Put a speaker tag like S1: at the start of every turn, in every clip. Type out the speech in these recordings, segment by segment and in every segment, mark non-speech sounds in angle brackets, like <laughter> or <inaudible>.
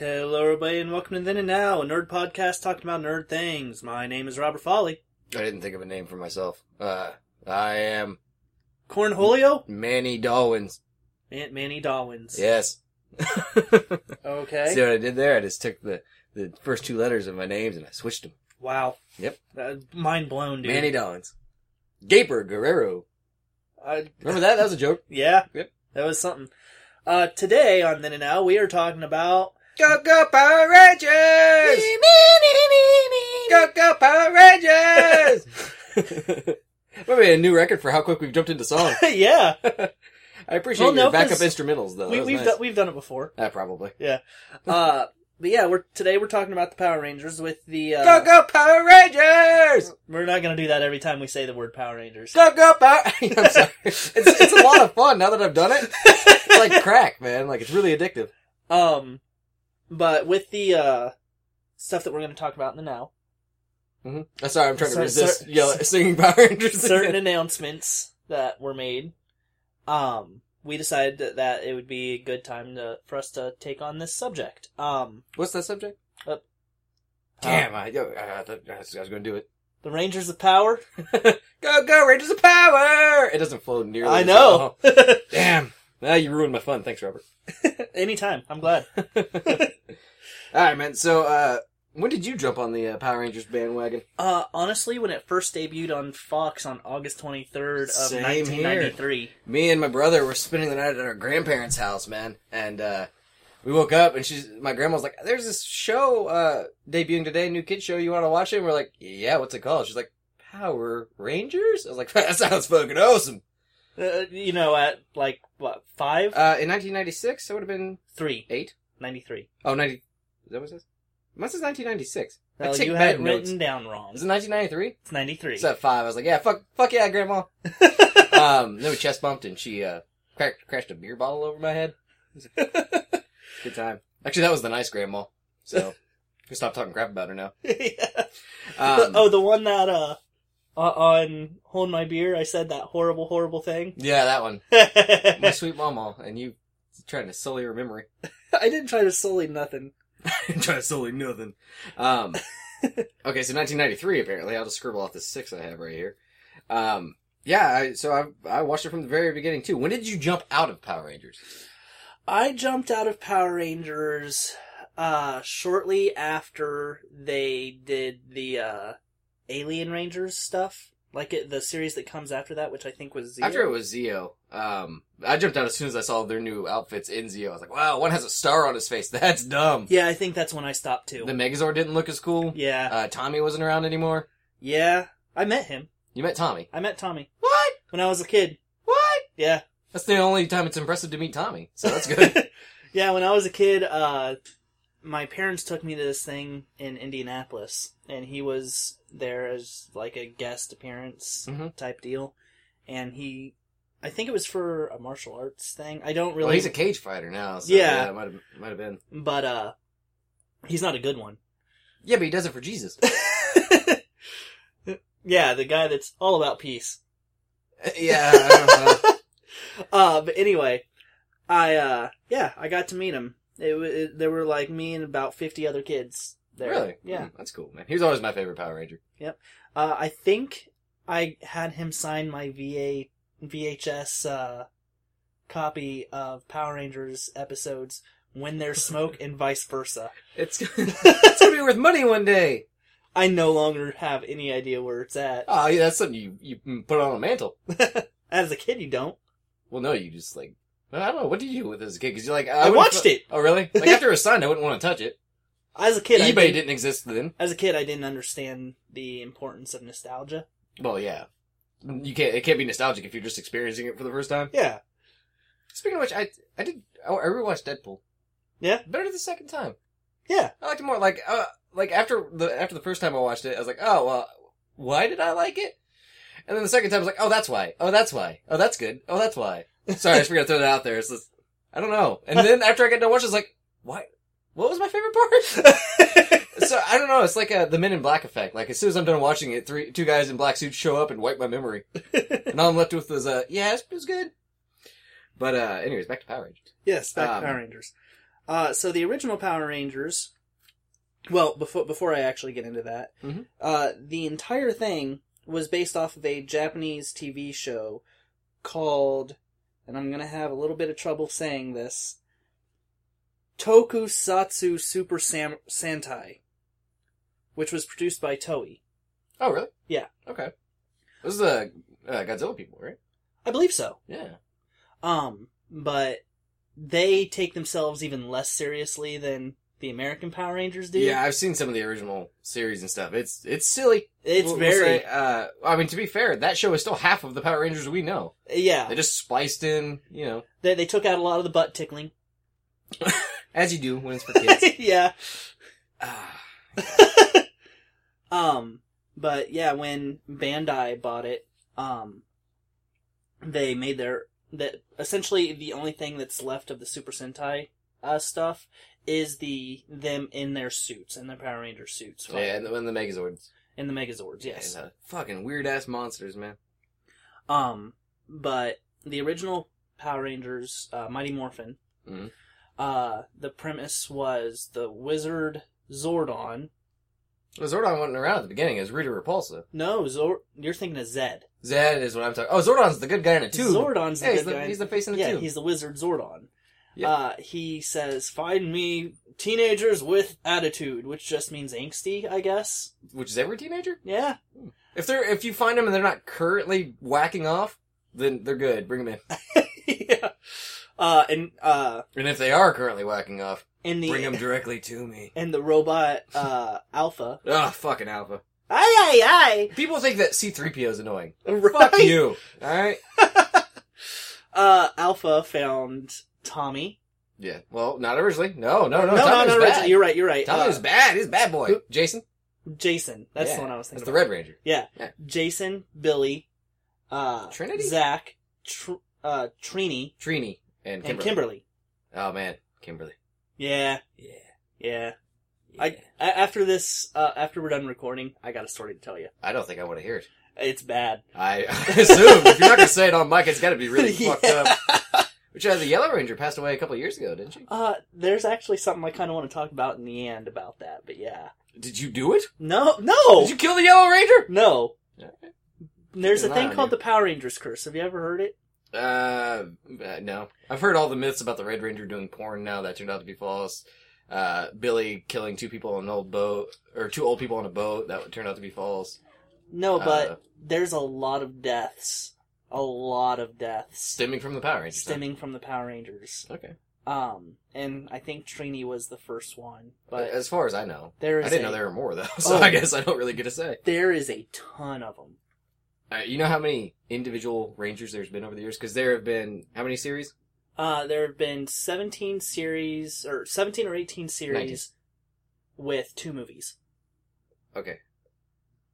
S1: everybody, and welcome to Then and Now, a nerd podcast talking about nerd things. My name is Robert Folly.
S2: I didn't think of a name for myself. Uh, I am
S1: Cornholio?
S2: Manny Dawkins.
S1: Man- Manny Dawkins.
S2: Yes. <laughs>
S1: Okay.
S2: See what I did there? I just took the, the first two letters of my names and I switched them.
S1: wow.
S2: Yep.
S1: Uh, mind blown, dude.
S2: Manny Dawkins. Gaper Guerrero.
S1: I-
S2: Remember that? That was
S1: <laughs>
S2: a joke.
S1: Uh, yeah.
S2: Yep.
S1: That was something. Uh, today on Then and Now, we are talking about <laughs>
S2: Go go Power Rangers! Go go Power <laughs> Rangers! Might be a new record for how quick we've jumped into song.
S1: yeah.
S2: I appreciate
S1: Well,
S2: your
S1: no, 'cause
S2: backup instrumentals though.
S1: We,
S2: Oh, That was
S1: we've
S2: nice.
S1: done, we've done it before.
S2: Ah, probably.
S1: Uh, but yeah, we're today we're talking about the Power Rangers with the. Uh,
S2: Go go Power Rangers!
S1: We're not gonna do that every time we say the word Power Rangers.
S2: <laughs> Go go Power!
S1: <laughs>
S2: I'm sorry. It's, it's a lot of fun now that I've done it. It's like crack, man. Like it's really addictive.
S1: Um, but with the uh stuff that we're going to talk about in the now,
S2: hmm I'm sorry, I'm trying to
S1: Cer-
S2: resist
S1: cer-
S2: yell- singing Power Rangers.
S1: certain announcements that were made, um, we decided that, that it would be a good time to for us to take on this subject. Um,
S2: What's that subject?
S1: Up.
S2: Damn, I, yo, uh, I, I, thought- I was going to do it.
S1: the Rangers of Power.
S2: Go, go, Rangers of Power! It doesn't flow nearly.
S1: I
S2: as
S1: know.
S2: well. Damn. Now you ruined my fun. Thanks, Robert.
S1: <laughs>
S2: <laughs>
S1: Anytime, I'm glad.
S2: All right, man. So, uh, when did you jump on the uh, Power Rangers bandwagon?
S1: Uh, honestly, when it first debuted on Fox on August 23rd of
S2: Same here.
S1: 1993,
S2: me and my brother were spending the night at our grandparents' house, man, and uh, we woke up and she's my grandma's like, "There's this show uh, debuting today, new kid show. You want to watch it?" And we're like, "Yeah, what's it called?" She's like, "Power Rangers." I was like, <laughs> "That sounds fucking awesome."
S1: uh, you know, at like what five,
S2: Uh, in 1996, I would have been
S1: three,
S2: eight.
S1: ninety three.
S2: Oh, 90. Is that what it says? Mine says 1996. I
S1: No,
S2: take
S1: you
S2: bad
S1: had it
S2: notes.
S1: written down wrong.
S2: Is it 1993?
S1: It's 93.
S2: It's at five. I was like, "Yeah, fuck, fuck yeah, <laughs> grandma." um, then we chest bumped and she uh, cracked, crashed a beer bottle over my <laughs> head. Good time. Actually, that was the nice grandma. <laughs> So we stop talking crap about her <laughs> now.
S1: <laughs> Yeah.
S2: Um,
S1: oh, the one that uh uh, on hold my beer, I said that horrible, horrible thing. <laughs>
S2: yeah, that <laughs> one. My
S1: I
S2: sweet mama, and you trying to sully her memory. <laughs>
S1: didn't try to sully nothing.
S2: trying to sully nothing. Um, <laughs> okay, so 1993. Apparently, I'll just scribble off the six I have right here. Um, yeah, I, so I I watched it from the very beginning too. When did you jump out of Power Rangers?
S1: I jumped out of Power Rangers uh shortly after they did the uh Alien Rangers stuff, like it, the series that comes after that, which I think was Zero.
S2: After it was Zeo, um, I jumped out as soon as I saw their new outfits in Zeo. I was like, wow, one has a star on his face. <laughs> That's dumb.
S1: yeah, I think that's when I stopped too.
S2: The Megazord didn't look as cool.
S1: yeah,
S2: Uh, Tommy wasn't around anymore.
S1: yeah. I met him.
S2: You met Tommy.
S1: I met Tommy
S2: What?
S1: when I was a kid.
S2: What?
S1: Yeah.
S2: That's the only time it's impressive to meet Tommy. So <laughs> that's good.
S1: <laughs> yeah, when I was a kid, uh, my parents took me to this thing in Indianapolis, and he was there as like a guest appearance
S2: Mhm.
S1: type deal. And he, I think it was for a martial arts thing. I don't
S2: well,
S1: really,
S2: he's a cage fighter now. So
S1: Yeah.
S2: yeah. it might have might have been.
S1: but uh, he's not a good one. <laughs>
S2: Yeah, but he does it for Jesus.
S1: yeah, the guy that's all about peace.
S2: <laughs> yeah. <laughs> I don't know.
S1: Uh, but anyway, I uh, yeah, I got to meet him. It, wa- it there were like me and about fifty other kids there.
S2: Really?
S1: Yeah.
S2: Hmm, that's cool, man. He was always my favorite Power Ranger.
S1: Uh, I think I had him sign my VA VHS uh, copy of Power Rangers episodes when there's smoke and vice versa.
S2: <laughs> It's it's gonna be worth money one day.
S1: I no longer have any idea where it's at.
S2: Oh, yeah, that's something you you put on a mantle.
S1: As a kid, you don't.
S2: Well, no, you just like I don't know. What did you do with it as a kid? Because you're like
S1: I,
S2: wouldn't
S1: watched
S2: fu-
S1: it <laughs>
S2: Oh, really? Like after it was signed, I wouldn't want to touch it.
S1: as a kid. I
S2: eBay
S1: didn't,
S2: didn't, exist then.
S1: As a kid, I didn't understand the importance of nostalgia.
S2: Well, yeah, you can't. It can't be nostalgic if you're just experiencing it for the first time.
S1: Yeah,
S2: Speaking of which, I I did I I rewatched Deadpool.
S1: Yeah?
S2: better the second time.
S1: yeah,
S2: I liked it more. Like uh, like after the after the first time I watched it, I was like, oh well, why did I like it? And then the second time, I was like, oh that's why. Oh that's why. Oh that's good. Oh that's why. Sorry, I just forgot to throw that out there. It's just, I don't know. And then after I got done watching, I was like, why? What was my favorite part? <laughs> so I don't know. It's like uh, the Men in Black effect. Like as soon as I'm done watching it, three two guys in black suits show up and wipe my memory, and all I'm left with is uh, yeah, it was good. But uh, anyways, back to Power Rangers.
S1: yes. Back to
S2: Um,
S1: Power Rangers. Uh, so the original Power Rangers Well, before before I actually get into that,
S2: Mhm.
S1: uh, the entire thing was based off of a Japanese TV show called, and I'm gonna have a little bit of trouble saying this, Tokusatsu Super Sam- Sentai, which was produced by Toei.
S2: Oh, really?
S1: Yeah.
S2: Okay. This is the uh, Godzilla people, right?
S1: I believe so.
S2: Yeah.
S1: Um, but they take themselves even less seriously than the American Power Rangers do.
S2: Yeah, I've seen some of the original series and stuff. It's it's silly.
S1: it's
S2: We'll- we'll
S1: very
S2: say, uh, I mean, to be fair, that show is still half of the Power Rangers we know.
S1: yeah.
S2: They just spliced in, you know,
S1: They they took out a lot of the butt tickling. <laughs>
S2: as you do when it's for <laughs> kids.
S1: yeah.
S2: Ah,
S1: Um, but yeah, when Bandai bought it, um, they made their that essentially the only thing that's left of the Super Sentai uh, stuff is the them in their suits in their Power Ranger suits.
S2: yeah, and the, and the Megazords.
S1: in the Megazords, yes.
S2: And the fucking weird ass monsters, man.
S1: Um, but the original Power Rangers, uh, Mighty Morphin,
S2: Mhm.
S1: uh, the premise was the wizard Zordon.
S2: Well, Zordon wasn't around at the beginning. It was Rita Repulsa.
S1: No, Zord. You're thinking of Zed.
S2: Zed is what I'm talking. Oh, Zordon's the good guy in a tube.
S1: Zordon's the
S2: yeah,
S1: good
S2: he's the,
S1: guy.
S2: he's the face in the
S1: yeah,
S2: tube.
S1: he's the wizard Zordon.
S2: Yeah.
S1: Uh, he says, "Find me teenagers with attitude," which just means angsty, I guess.
S2: Which is every teenager.
S1: Yeah, <laughs>
S2: If they're if you find them and they're not currently whacking off, then they're good. Bring them in.
S1: yeah. Uh, and uh,
S2: And if they are currently whacking off,
S1: in the
S2: bring them directly to me.
S1: and the robot uh Alpha.
S2: Ah, fucking alpha.
S1: Aye, aye,
S2: People think that C3PO is annoying.
S1: aye. Right?
S2: Fuck you. Alright?
S1: <laughs> Uh, Alpha found Tommy.
S2: Yeah. Well, not originally. No, no, no.
S1: no,
S2: Tommy was
S1: no,
S2: bad.
S1: You're right. You're right.
S2: Tommy
S1: Uh,
S2: was bad. He's a bad boy.
S1: who-
S2: Jason?
S1: Jason. That's
S2: Yeah.
S1: the one I was
S2: That's
S1: thinking.
S2: the
S1: about.
S2: Red Ranger.
S1: Jason, Billy, uh,
S2: Trinity?
S1: Zach, tr- uh, Trini,
S2: Trini. And Kimberly.
S1: and Kimberly.
S2: Oh, man. Kimberly.
S1: Yeah,
S2: Yeah.
S1: yeah.
S2: I,
S1: I, I after this, uh, after we're done recording, I got a story to tell you.
S2: I don't think I want to hear it.
S1: It's bad.
S2: I, I assume if you're not going to say it on mic, it's got to
S1: <laughs>
S2: be <laughs> really fucked up.
S1: Yeah.
S2: Which, uh, the Yellow Ranger passed away a couple years ago, didn't she?
S1: Uh, there's actually something I kind of want to talk about in the end about that, but yeah.
S2: Did you do it?
S1: No, no,
S2: Did you kill the Yellow Ranger?
S1: no.
S2: Okay.
S1: There's a
S2: Keep an eye
S1: thing
S2: on
S1: called
S2: you.
S1: the Power Rangers curse. Have you ever heard it?
S2: Uh, uh, no. I've heard all the myths about the Red Ranger doing porn now that turned out to be false. Uh, Billy killing two people on an old boat, or two old people on a boat that turned out to be false.
S1: No, but
S2: Uh,
S1: there's a lot of deaths. A lot of deaths
S2: stemming from the Power Rangers. huh?
S1: stemming from the Power Rangers.
S2: Okay.
S1: Um, and I think Trini was the first one, but
S2: as far as I know,
S1: there
S2: I
S1: is
S2: didn't
S1: a,
S2: know there were more though, <laughs> so
S1: Oh.
S2: I guess I don't really get to say.
S1: there is a ton of them.
S2: Uh, you know how many individual Rangers there's been over the years? Because there have been how many series?
S1: Uh, there have been 17 series, or 17 or 18 series with two movies.
S2: Okay.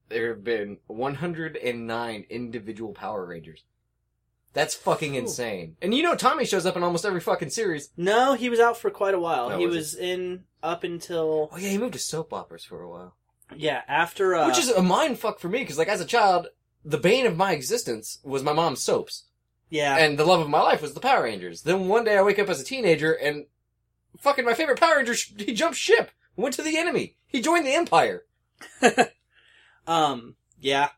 S2: There have been 109 individual Power Rangers. That's fucking
S1: Phew.
S2: insane. And you know Tommy shows up in almost every fucking series.
S1: No, he was out for quite a while.
S2: Oh,
S1: he
S2: was
S1: was in up until,
S2: Oh yeah, he moved to soap operas for a while,
S1: yeah, after, uh,
S2: which is a mind fuck for me because, like, as a child, the bane of my existence was my mom's soaps,
S1: yeah,
S2: and the love of my life was the Power Rangers. Then one day I wake up as a teenager and fucking my favorite Power Ranger, sh- he jumped ship, went to the enemy, he joined the Empire.
S1: um, yeah.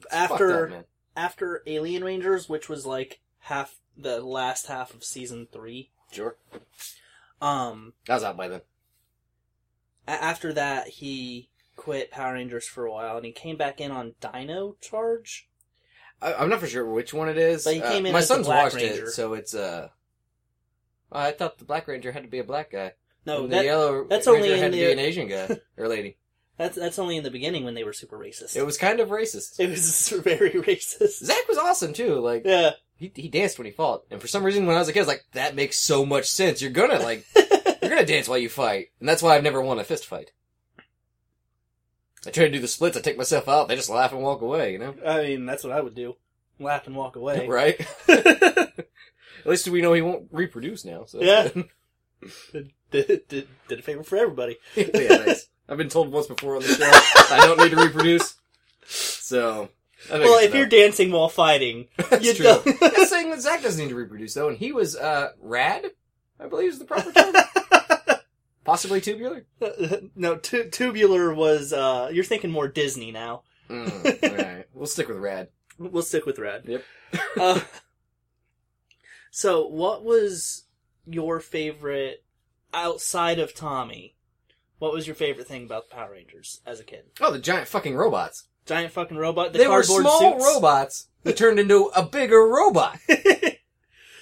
S2: It's fucked
S1: After,
S2: up, man.
S1: after Alien Rangers, which was like half the last half of season three.
S2: sure,
S1: Um,
S2: I was out by then.
S1: a- after that, he quit Power Rangers for a while, and he came back in on Dino Charge.
S2: I, I'm not for sure which one it is.
S1: But he
S2: Uh,
S1: came in
S2: my
S1: as the
S2: son's
S1: Black
S2: watched
S1: Ranger.
S2: it, so it's uh. I thought the Black Ranger had to be a black guy.
S1: No,
S2: and the
S1: that,
S2: yellow
S1: that's
S2: Ranger
S1: only in
S2: had to be
S1: the-
S2: an Asian guy or lady.
S1: <laughs> that's that's only in the beginning when they were super racist.
S2: It was kind of racist.
S1: It was <laughs> very racist.
S2: Zach was awesome too. Like
S1: Yeah, <laughs>
S2: he he danced when he fought, and for some reason when I was a kid, I was like that makes so much sense. You're
S1: <laughs>
S2: gonna like you're gonna dance while you fight, and that's why I've never won a fist fight. I try to do the splits. I take myself out. They just laugh and walk away. You know,
S1: I mean that's what I would do: laugh and walk away.
S2: right? <laughs> At least we know he won't reproduce now. So
S1: Yeah. did, did, did a favor for everybody.
S2: <laughs> yeah, thanks. I've been told once before on the show I don't need to reproduce. So I
S1: Well, if you're dancing while <laughs> fighting,
S2: that's
S1: you
S2: true.
S1: don't-
S2: I'm saying
S1: <laughs>
S2: that Zach doesn't need to reproduce though, and he was uh rad, I believe is the proper term. Possibly tubular?
S1: no, tu- tubular was. Uh, you're thinking more Disney now.
S2: Mm, Alright. We'll stick with rad.
S1: We'll stick with Red.
S2: Yep.
S1: <laughs> uh, so, what was your favorite outside of Tommy? What was your favorite thing about the Power Rangers as a kid?
S2: Oh, the giant fucking robots.
S1: Giant fucking robot. The
S2: they were
S1: cardboard
S2: small
S1: suits. <laughs>
S2: robots that turned into a bigger robot.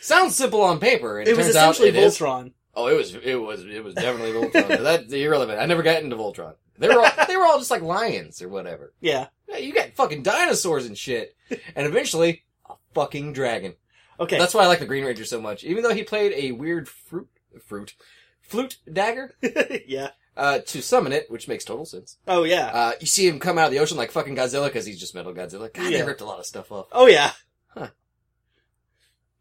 S2: Sounds simple on paper. And it,
S1: it was
S2: turns out
S1: essentially
S2: it is.
S1: Voltron.
S2: Oh, it was it was it was definitely <laughs> Voltron. but That's irrelevant. I never got into Voltron. They were all, they were all just like lions or whatever.
S1: Yeah.
S2: Yeah, you got fucking dinosaurs and shit, and eventually a fucking dragon.
S1: Okay.
S2: That's why I like the Green Ranger so much. Even though he played a weird fruit fruit flute dagger
S1: <laughs> yeah.
S2: uh, to summon it, which makes total sense.
S1: Oh yeah.
S2: Uh, you see him come out of the ocean like fucking Godzilla because he's just metal Godzilla. God,
S1: Yeah.
S2: they ripped a lot of stuff off.
S1: oh yeah.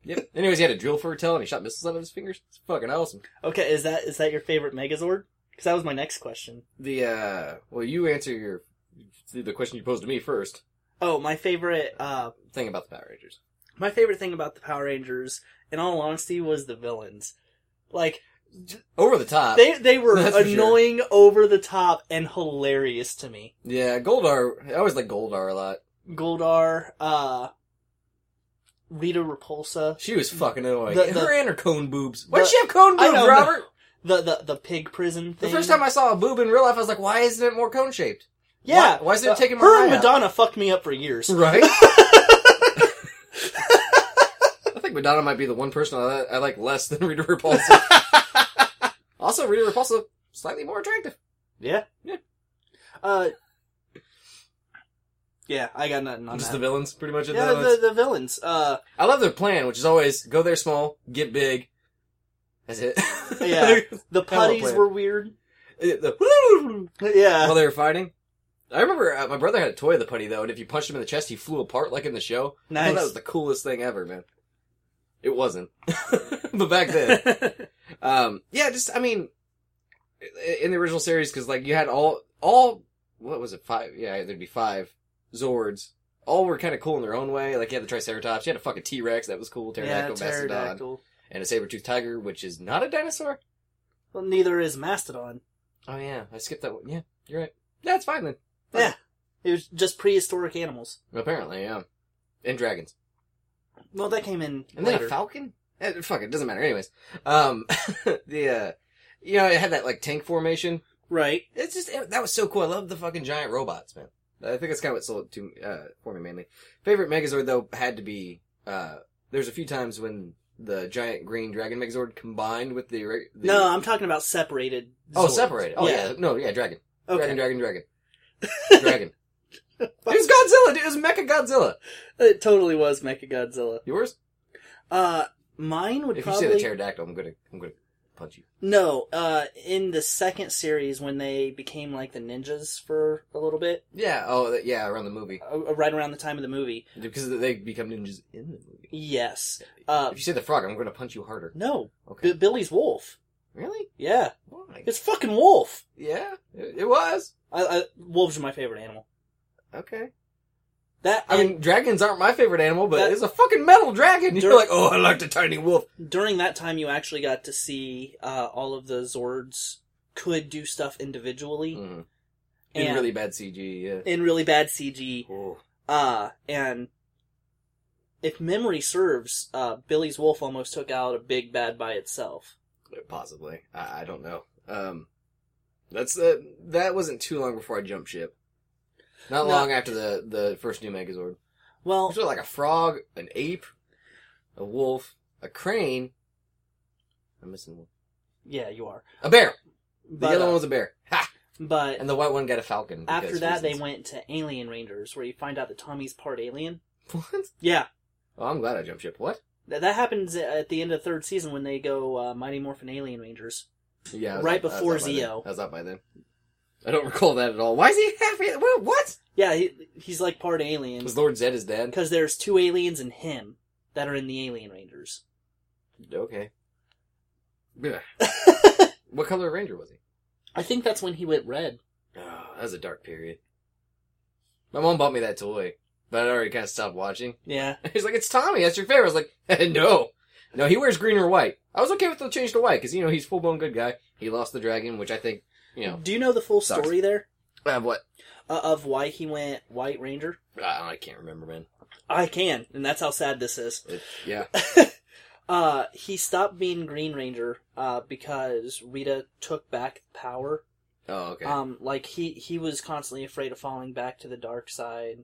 S2: Yep. Anyways, he had a drill for a tail and he shot missiles out of his fingers. It's fucking awesome.
S1: Okay. Is that is that your favorite Megazord? Because that was my next question.
S2: The uh, well, you answer your the question you posed to me first.
S1: Oh, my favorite. Uh,
S2: Thing about the Power Rangers.
S1: my favorite thing about the Power Rangers, in all honesty, was the villains. Like
S2: Over the top.
S1: They they were
S2: That's for sure.
S1: annoying, over the top, and hilarious to me.
S2: yeah, Goldar. I always like Goldar a lot.
S1: Goldar, uh, Rita Repulsa,
S2: She was fucking annoying.
S1: The- the-
S2: her and her cone boobs. Why'd
S1: The-
S2: she have cone
S1: I
S2: boobs,
S1: don't
S2: Robert?
S1: the the the pig prison
S2: The
S1: thing.
S2: first time I saw a boob in real life, I was like, why isn't it more cone shaped?
S1: yeah,
S2: Why, why isn't
S1: uh,
S2: it taking more
S1: her and
S2: eye out? Hmm.
S1: Madonna fucked me up for years.
S2: Right?
S1: <laughs>
S2: I think Madonna might be the one person I, I like less than Rita Repulsa.
S1: <laughs>
S2: also, Rita Repulsa, slightly more attractive.
S1: Yeah,
S2: Yeah.
S1: Uh, yeah, I got nothing on
S2: Just the
S1: that.
S2: villains, pretty much. at
S1: yeah,
S2: the-
S1: the, the villains. Uh,
S2: I love their plan, which is always go there small, get big. That's it.
S1: <laughs>
S2: <laughs>
S1: Yeah. the
S2: Hell of a
S1: putties
S2: plan.
S1: were weird.
S2: The- <laughs>
S1: Yeah,
S2: while
S1: <laughs>
S2: they were fighting. I remember uh, my brother had a toy of the putty though, and if you punched him in the chest, he flew apart like in the show. I thought that was
S1: nice.
S2: the coolest thing ever, man. It wasn't, <laughs> but
S1: <laughs>
S2: back then, um, yeah, just I mean, i- in the original series, because like you had all all what was it five? Yeah, there'd be five Zords. All were kind of cool in their own way. Like you had the Triceratops, you had a fucking T Rex that was cool,
S1: yeah,
S2: pterodactyl, mastodon,
S1: pterodactyl.
S2: and a saber toothed tiger, which is not a dinosaur.
S1: Well, neither is Mastodon.
S2: Oh yeah, I skipped that one. Yeah, you're right. That's fine then.
S1: It was just prehistoric animals.
S2: Apparently, yeah, and dragons.
S1: Well, that came in
S2: And then
S1: later.
S2: a falcon? Eh, fuck, it doesn't matter. Anyways, um, <laughs> the uh, you know, it had that like tank formation.
S1: right.
S2: It's just it- that was so cool. I love the fucking giant robots, man. I think that's kind of what sold it to uh, for me mainly. Favorite Megazord though had to be uh, there's a few times when the giant green dragon Megazord combined with the, reg- the
S1: No, I'm talking about separated.
S2: oh
S1: Zords.
S2: separated oh yeah. no yeah dragon
S1: Okay. <laughs>
S2: dragon dragon dragon dragon. It was Godzilla, dude. It was Mecha Godzilla.
S1: It totally was Mechagodzilla.
S2: Yours?
S1: Uh, mine would
S2: If you
S1: probably
S2: say the pterodactyl, I'm gonna, I'm gonna punch you.
S1: no. Uh, in the second series when they became like the ninjas for a little bit,
S2: Yeah. Oh, that- yeah. Around the movie.
S1: uh, right around the time of the movie.
S2: Because they become ninjas in the movie.
S1: Yes. Uh,
S2: If you say the frog, I'm going to punch you harder.
S1: no.
S2: Okay.
S1: B- Billy's wolf.
S2: really?
S1: Yeah,
S2: Why?
S1: it's fucking wolf.
S2: Yeah, it, it was.
S1: I, I, wolves are my favorite animal.
S2: Okay.
S1: That
S2: I
S1: and
S2: mean, dragons aren't my favorite animal, but
S1: That-
S2: it's a fucking metal dragon. <laughs> You're
S1: Dur-
S2: like, oh, I like the tiny wolf.
S1: during that time, you actually got to see uh, all of the Zords could do stuff individually
S2: Mm-hmm. In
S1: and
S2: really bad CG, yeah.
S1: in really bad CG.
S2: Oh.
S1: Uh, and if memory serves, uh, Billy's Wolf almost took out a big bad by itself.
S2: Possibly. I, I don't know. Um, that's uh, that wasn't too long before I jumped ship. Not
S1: No. Oh.
S2: long after the the first new Megazord.
S1: Well,
S2: Which was like a frog, an ape, a wolf, a crane. I'm missing one.
S1: yeah, you are.
S2: A bear. The
S1: But,
S2: yellow
S1: uh,
S2: one was a bear. Ha!
S1: but
S2: And the white one got a falcon. because
S1: after that, they
S2: reasons.
S1: went to Alien Rangers, where you find out that Tommy's part alien.
S2: <laughs> What?
S1: Yeah,
S2: Oh, I'm glad I jumped ship. What?
S1: th- that happens at the end of the third season when they go uh, Mighty Morphin Alien Rangers.
S2: Yeah. I was
S1: Right
S2: up- I was
S1: before
S2: up by then.
S1: Zeo.
S2: I was up by then. I don't recall that at all. Why is he happy? What? What?
S1: Yeah, he, he's like part alien
S2: Was Lord Zed his dad?
S1: because there's two aliens and him that are in the Alien Rangers.
S2: Okay.
S1: <laughs>
S2: Blech. what color ranger was he?
S1: I think that's when he went red.
S2: Oh, that was a dark period. My mom bought me that toy, but I already kind of stopped watching. <laughs>
S1: Yeah,
S2: He's like, "It's Tommy. That's your favorite." <laughs> I was like, "No, no, he wears green or white." I was okay with the change to white because you know he's full blown good guy. He lost the dragon, which I think you know.
S1: Do you know the full
S2: Sucks.
S1: story there
S2: Uh, what?
S1: uh, of why he went White Ranger?
S2: I, I can't remember, man.
S1: I can, and that's how sad this is.
S2: It, yeah.
S1: Uh, he stopped being Green Ranger uh, because Rita took back the power.
S2: Oh, okay.
S1: Um, like he he was constantly afraid of falling back to the dark side,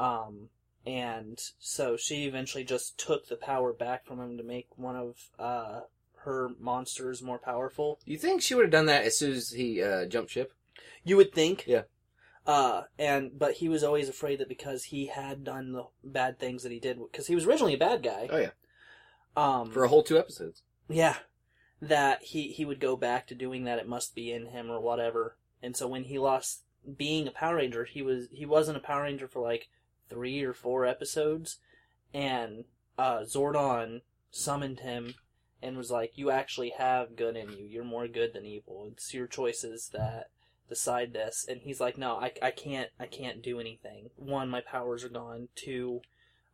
S1: um, and so she eventually just took the power back from him to make one of uh her monsters more powerful.
S2: you think she would have done that as soon as he uh, jumped ship?
S1: You would think.
S2: Yeah.
S1: Uh, and but he was always afraid that because he had done the bad things that he did, because he was originally a bad guy.
S2: Oh, yeah.
S1: Um,
S2: For a whole two episodes.
S1: yeah, that he he would go back to doing that. It must be in him or whatever. And so when he lost being a Power Ranger, he was he wasn't a Power Ranger for like three or four episodes, and uh, Zordon summoned him and was like, "You actually have good in you. You're more good than evil. It's your choices that." decide this and he's like no I, I can't i can't do anything one my powers are gone two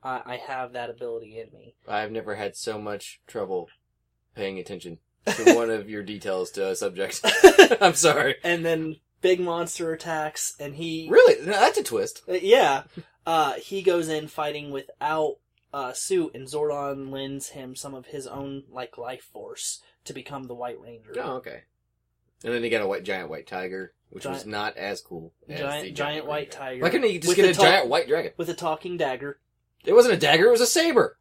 S1: i, I have that ability in
S2: <laughs>
S1: me
S2: I've never had so much trouble paying attention
S1: <laughs>
S2: to one of your details to a subject. <laughs> I'm sorry.
S1: and then big monster attacks and he
S2: Really? No, that's a twist.
S1: Uh, yeah uh he goes in fighting without uh suit and zordon lends him some of his own like life force to become the white ranger
S2: Oh, okay. And then he got a white giant white tiger, which was
S1: Giant-
S2: not as cool. As the
S1: giant giant white
S2: tiger.
S1: tiger
S2: Why couldn't he just
S1: With
S2: get
S1: the
S2: a
S1: top-
S2: giant white dragon?
S1: with a talking dagger
S2: It wasn't a dagger; it was a saber.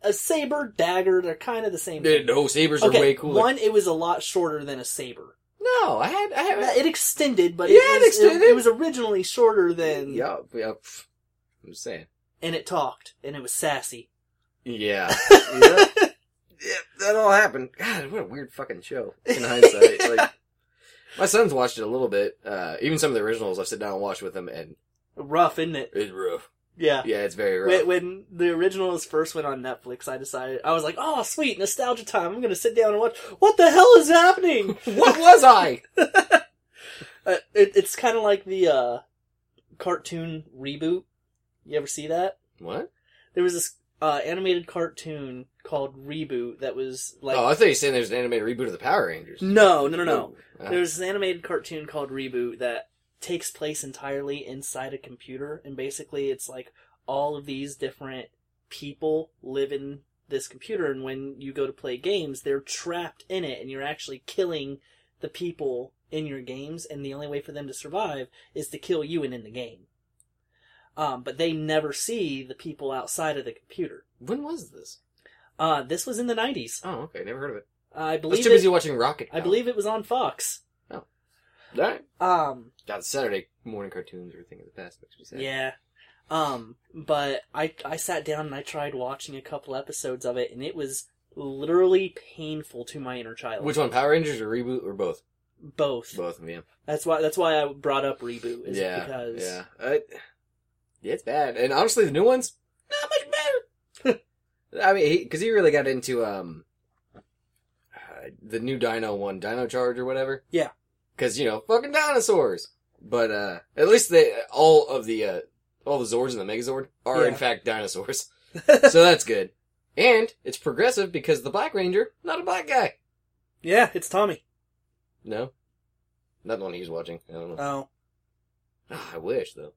S1: a saber dagger they're kind of the same
S2: Eh,
S1: thing.
S2: No, sabers
S1: okay
S2: are way cooler.
S1: one it was a lot shorter than a saber
S2: No, I had, I had.
S1: it extended but
S2: Yeah, it
S1: it, was,
S2: extended.
S1: it was originally shorter than
S2: yeah, yeah. pff, I'm just saying.
S1: and it talked and it was sassy
S2: Yeah. <laughs> yeah. Yeah, that all happened. God, what a weird fucking show. In hindsight, <laughs> like my son's watched it a little bit. Uh, even some of the originals I've sat down and watched with him, and
S1: rough isn't it
S2: it's rough.
S1: yeah
S2: Yeah, it's very
S1: When,
S2: rough.
S1: when the originals first went on Netflix, I decided I was like, "Oh, sweet nostalgia time! I'm gonna sit down and watch." What the hell is
S2: <laughs>
S1: happening?
S2: what was I?
S1: uh, it, it's kind of like the uh, cartoon reboot. You ever see that?
S2: What?
S1: There was this uh, animated cartoon called Reboot that was like,
S2: oh, I thought you were saying there's an animated reboot of the Power Rangers.
S1: no, no, no, no.
S2: Oh.
S1: There was this animated cartoon called Reboot that takes place entirely inside a computer, and basically it's like all of these different people live in this computer, and when you go to play games, they're trapped in it, and you're actually killing the people in your games, and the only way for them to survive is to kill you and in the game. Um, but they never see the people outside of the computer.
S2: When was this?
S1: Uh, this was in the 90s.
S2: Oh, okay, never heard of it.
S1: I
S2: I
S1: believe
S2: was too
S1: it-
S2: busy watching Rocket.
S1: I believe it was on Fox.
S2: All right.
S1: Um,
S2: God, Saturday morning cartoons are a thing of the past. Makes me sad.
S1: Yeah. Um, but I I sat down and I tried watching a couple episodes of it and it was literally painful to my inner child.
S2: Which one, Power Rangers or reboot or both?
S1: both.
S2: Both of them.
S1: That's why that's why I brought up reboot is
S2: Yeah.
S1: because
S2: Yeah. Uh, yeah, it's bad. And honestly, the new ones not much better. I mean, because he, really got into um uh, the new Dino one, Dino Charge or whatever.
S1: Yeah.
S2: Because you know, fucking dinosaurs. But uh at least they all of the uh all the Zords and the Megazord are in
S1: Yeah. <laughs>
S2: fact dinosaurs. so that's good. And it's progressive because the Black Ranger, not a black guy.
S1: Yeah, it's Tommy.
S2: No. Not the one he was watching. I don't know.
S1: Oh.
S2: Ah, <sighs> I wish though.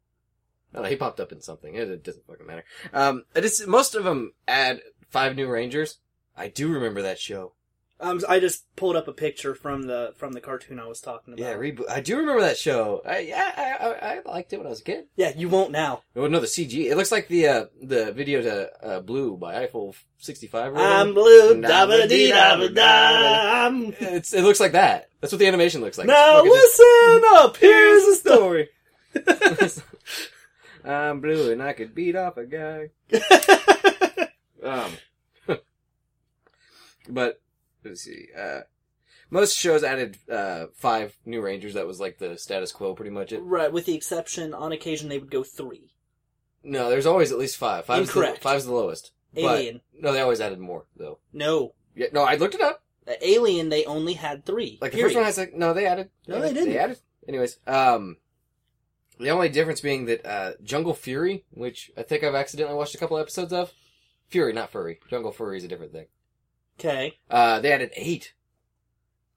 S2: I don't know, he popped up in something. It, it doesn't fucking matter. Um, I just most of them add five new rangers. I do remember that show.
S1: Um I just pulled up a picture from the from the cartoon I was talking about.
S2: Yeah, reboot. I do remember that show. I yeah, I, I, I liked it when I was a kid.
S1: Yeah, you won't now.
S2: Oh no, the CG. It looks like the uh the video to uh, Blue by Eiffel 65 or whatever.
S1: I'm blue,
S2: Da ba
S1: dabba dee
S2: dee
S1: dabba
S2: dabba
S1: da. I'm
S2: it's, it looks like that. That's what the animation looks like.
S1: now
S2: Look at this.
S1: listen up. Here's the
S2: <laughs>
S1: story.
S2: I'm blue and I could beat off a guy. Um, but let's see. Uh, most shows added uh, five new Rangers. That was like the status quo, pretty much. <laughs> It.
S1: Right, with the exception, on occasion they would go three.
S2: No, there's always at least five. Five's
S1: Incorrect.
S2: The, five's the lowest.
S1: Alien.
S2: But, no, they always added more though.
S1: No.
S2: Yeah, no, I looked it up.
S1: The Alien, they only had three.
S2: Like the
S1: period.
S2: first one has like no, they added.
S1: No, they didn't.
S2: They added. Anyways, um, the only difference being that uh, Jungle Fury, which I think I've accidentally watched a couple episodes of. Fury, not furry. Jungle Fury is a different thing.
S1: Okay.
S2: Uh, they added eight.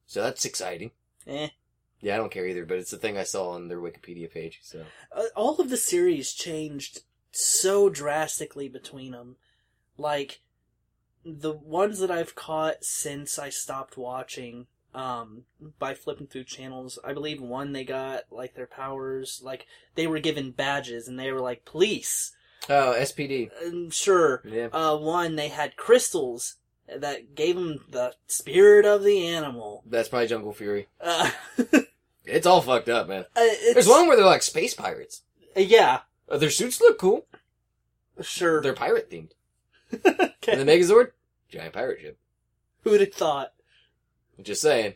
S2: So that's exciting.
S1: Eh.
S2: Yeah, I don't care either, but it's the thing I saw on their Wikipedia page. So
S1: Uh, all of the series changed so drastically between them. Like the ones that I've caught since I stopped watching um by flipping through channels, I believe one they got like their powers, like they were given badges and they were like police.
S2: oh, SPD.
S1: Um, sure.
S2: Yeah.
S1: Uh one they had crystals that gave them the spirit of the animal.
S2: That's probably Jungle Fury.
S1: Uh, <laughs>
S2: It's all fucked up, man.
S1: it's,
S2: There's one where they're like space pirates.
S1: Yeah,
S2: Uh, their suits look cool.
S1: sure.
S2: <laughs> They're
S1: <laughs>
S2: pirate themed.
S1: okay.
S2: And the Megazord, giant pirate ship.
S1: Who'd have thought? <laughs>
S2: Just saying.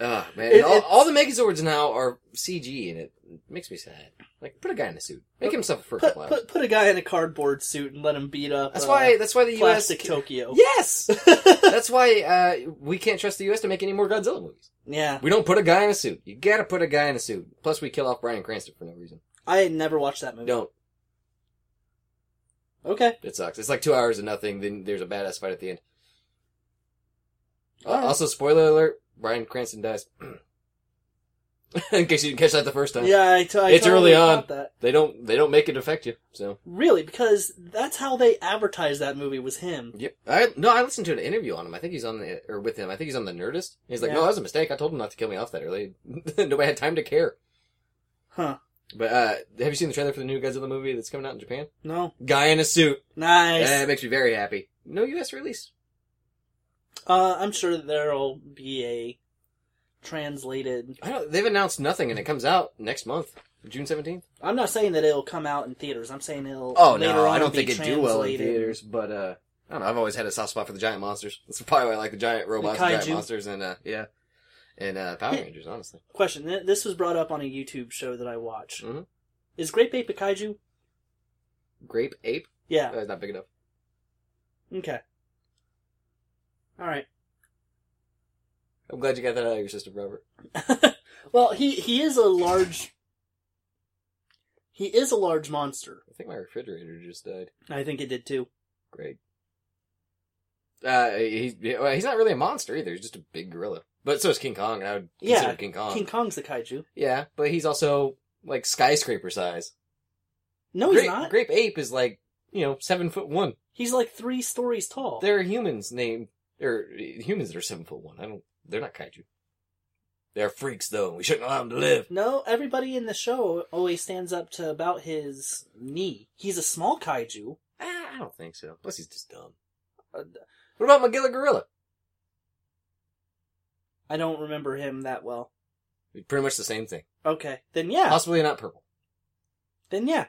S2: Ah, man.
S1: It-
S2: all,
S1: it's-
S2: all the Megazords now are CG, and it makes me sad. Like, put a guy in a suit. Make him suffer for a
S1: Put,
S2: couple hours.
S1: put put a guy in a cardboard suit and let him beat up.
S2: That's
S1: uh,
S2: why. That's why the U.S.
S1: plastic
S2: <laughs>
S1: Tokyo.
S2: Yes. that's why uh, we can't trust the U.S. to make any more Godzilla movies.
S1: Yeah,
S2: We don't put a guy in a suit. You gotta put a guy in a suit. Plus, we kill off Brian Cranston for no reason.
S1: I had never watched that movie.
S2: Don't.
S1: Okay,
S2: It sucks. It's like two hours of nothing. Then there's a badass fight at the end. Uh,
S1: Alright.
S2: Also, spoiler alert: Brian Cranston dies. <clears throat> in case you didn't catch that the first time,
S1: yeah, I t- I
S2: It's
S1: totally
S2: early on.
S1: caught That.
S2: they don't they don't make it affect you. So
S1: Really, because that's how they advertised that movie was him.
S2: yep. I no, I listened to an interview on him. I think he's on the or with him. I think he's on the Nerdist. He's like,
S1: Yeah.
S2: no, that was a mistake. I told him not to kill me off that early. <laughs> Nobody had time to care.
S1: Huh?
S2: But uh have you seen the trailer for the new Godzilla movie that's coming out in Japan?
S1: No,
S2: Guy in a suit.
S1: nice.
S2: That makes me very happy. No U.S. release.
S1: Uh, I'm sure that there'll be a translated.
S2: I don't. They've announced nothing, and it comes out next month, June seventeenth.
S1: I'm not saying that it'll come out in theaters. I'm saying it'll.
S2: Oh
S1: later
S2: no,
S1: on
S2: I don't
S1: be
S2: think it'd do well in
S1: translated.
S2: theaters. But uh, I don't know. I've always had a soft spot for the giant monsters. That's probably why I like the giant robots, the giant
S1: kaiju.
S2: monsters, and uh, yeah, and
S1: <laughs>
S2: uh, Power
S1: Yeah.
S2: Rangers. Honestly,
S1: Question: Th- This was brought up on a YouTube show that I watch.
S2: Mhm.
S1: Is Great Ape a kaiju?
S2: Grape Ape.
S1: Yeah.
S2: That's not big enough.
S1: Okay. All right.
S2: I'm glad you got that out of your system, Robert.
S1: well, he he is a large. He is a large monster.
S2: I think my refrigerator just died.
S1: I think it did too.
S2: Great. Uh, he's well, he's not really a monster either. He's just a big gorilla. But so is King Kong, and I would
S1: Yeah,
S2: consider King Kong.
S1: King Kong's the kaiju.
S2: Yeah, but he's also like skyscraper size.
S1: No,
S2: Grape,
S1: he's not.
S2: Grape Ape is like you know seven foot one.
S1: He's like three stories tall.
S2: There are humans named, or uh, humans that are seven foot one. I don't. They're not kaiju. They're freaks, though. and We shouldn't allow them to live.
S1: No, everybody in the show always stands up to about his knee. He's a small kaiju.
S2: Ah, I don't think so. Plus, he's just dumb. Uh, What about Magilla Gorilla?
S1: I don't remember him that well.
S2: Pretty much the same thing.
S1: Okay, then yeah,
S2: Possibly not purple.
S1: then yeah.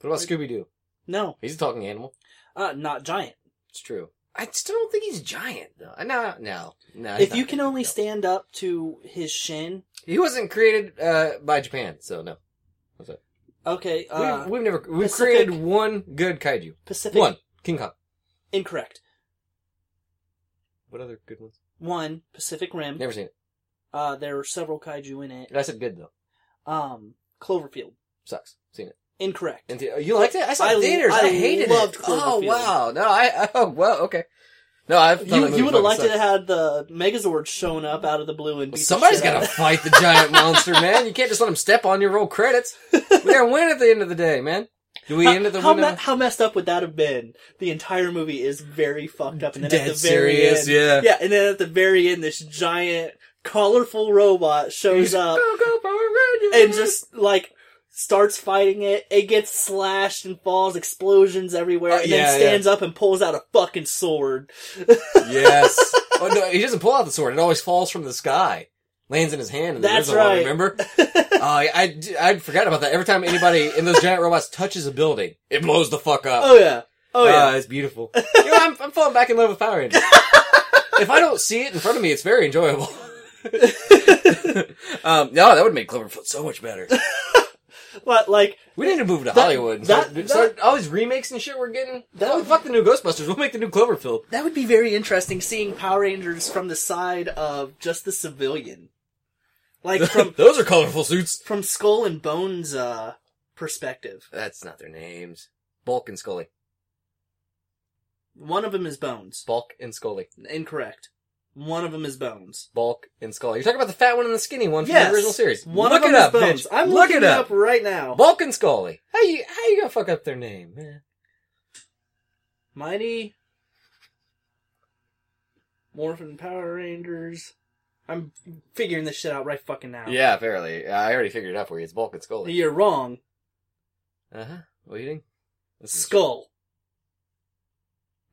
S2: What about Scooby Doo?
S1: No,
S2: He's a talking animal.
S1: uh, not giant.
S2: It's true. I still don't think he's giant, though. Uh, No, no, no. he's
S1: If you
S2: not.
S1: can only
S2: No.
S1: stand up to his shin,
S2: he wasn't created uh, by Japan, so no.
S1: okay. Uh,
S2: we've, we've never we've
S1: Pacific-
S2: created one good kaiju.
S1: Pacific
S2: One King Kong.
S1: incorrect.
S2: What other good ones?
S1: One Pacific Rim.
S2: Never seen it.
S1: Uh, there are several kaiju in it.
S2: I said good though.
S1: Um, Cloverfield.
S2: Sucks. Seen it.
S1: Incorrect.
S2: And the- you liked it? I saw it
S1: I-
S2: in theaters. I,
S1: I
S2: hated
S1: loved
S2: it. Oh
S1: Cloverfield.
S2: wow! No, I, I <laughs> oh well okay. No, I thought that
S1: You,
S2: movie
S1: you would have
S2: fucking
S1: liked it
S2: sucked.
S1: had the Megazord shown up out of the blue and
S2: Well,
S1: beat the
S2: somebody's
S1: shit
S2: got
S1: out
S2: to
S1: of it.
S2: fight the giant monster, man. You can't just let him step on your roll credits. We gotta win at the end of the day, man. Do <laughs> we end at
S1: <laughs>
S2: the
S1: How,
S2: win?
S1: me- how messed up would that have been? The entire movie is very fucked up, and then at
S2: Dead
S1: the very
S2: serious,
S1: end,
S2: yeah.
S1: and then at the very end, this giant, colorful robot shows up
S2: Go, go, Power Rangers! <laughs>
S1: and just <laughs> like starts fighting it. It gets slashed and falls, explosions everywhere,
S2: Oh,
S1: and
S2: yeah,
S1: then
S2: yeah.
S1: stands up and pulls out a fucking sword.
S2: yes. Oh no, he doesn't pull out the sword. It always falls from the sky, lands in his hand. And
S1: That's
S2: the original one,
S1: right. <laughs>
S2: remember? Oh, I, I I forgot about that. Every time anybody in those giant robots touches a building, it blows the fuck up.
S1: Oh yeah. Oh yeah.
S2: Ah, it's beautiful. You know, I'm, I'm falling back in love with
S1: <laughs>
S2: Power Rangers. if I don't see it in front of me, it's very enjoyable. um, no, that would make Cloverfoot so much better.
S1: But like
S2: We need to move to
S1: That-
S2: Hollywood. and
S1: that-
S2: start, start all these remakes and shit we're getting.
S1: That
S2: That
S1: would-
S2: fuck the new Ghostbusters. We'll make the new Cloverfield.
S1: that would be very interesting seeing Power Rangers from the side of just the civilian. Like
S2: <laughs>
S1: from
S2: Those are colorful suits.
S1: from Skull and Bones uh perspective.
S2: That's not their names. Bulk and Scully.
S1: One of them is Bones.
S2: Bulk and Scully.
S1: Incorrect. One of them is Bones.
S2: Bulk and Skull. You're talking about the fat one and the skinny one from
S1: Yes.
S2: the original series.
S1: One
S2: Look
S1: of them
S2: it
S1: is
S2: up,
S1: Bones.
S2: bitch.
S1: I'm
S2: Look
S1: looking
S2: it up.
S1: right now.
S2: Bulk and Scully. How you how you gonna fuck up their name, man?
S1: Mighty Morphin Power Rangers. I'm figuring this shit out right fucking now.
S2: Yeah, apparently. I already figured it out for you. It's Bulk and Scully.
S1: You're wrong.
S2: Uh huh. What are you eating? This is
S1: Skull.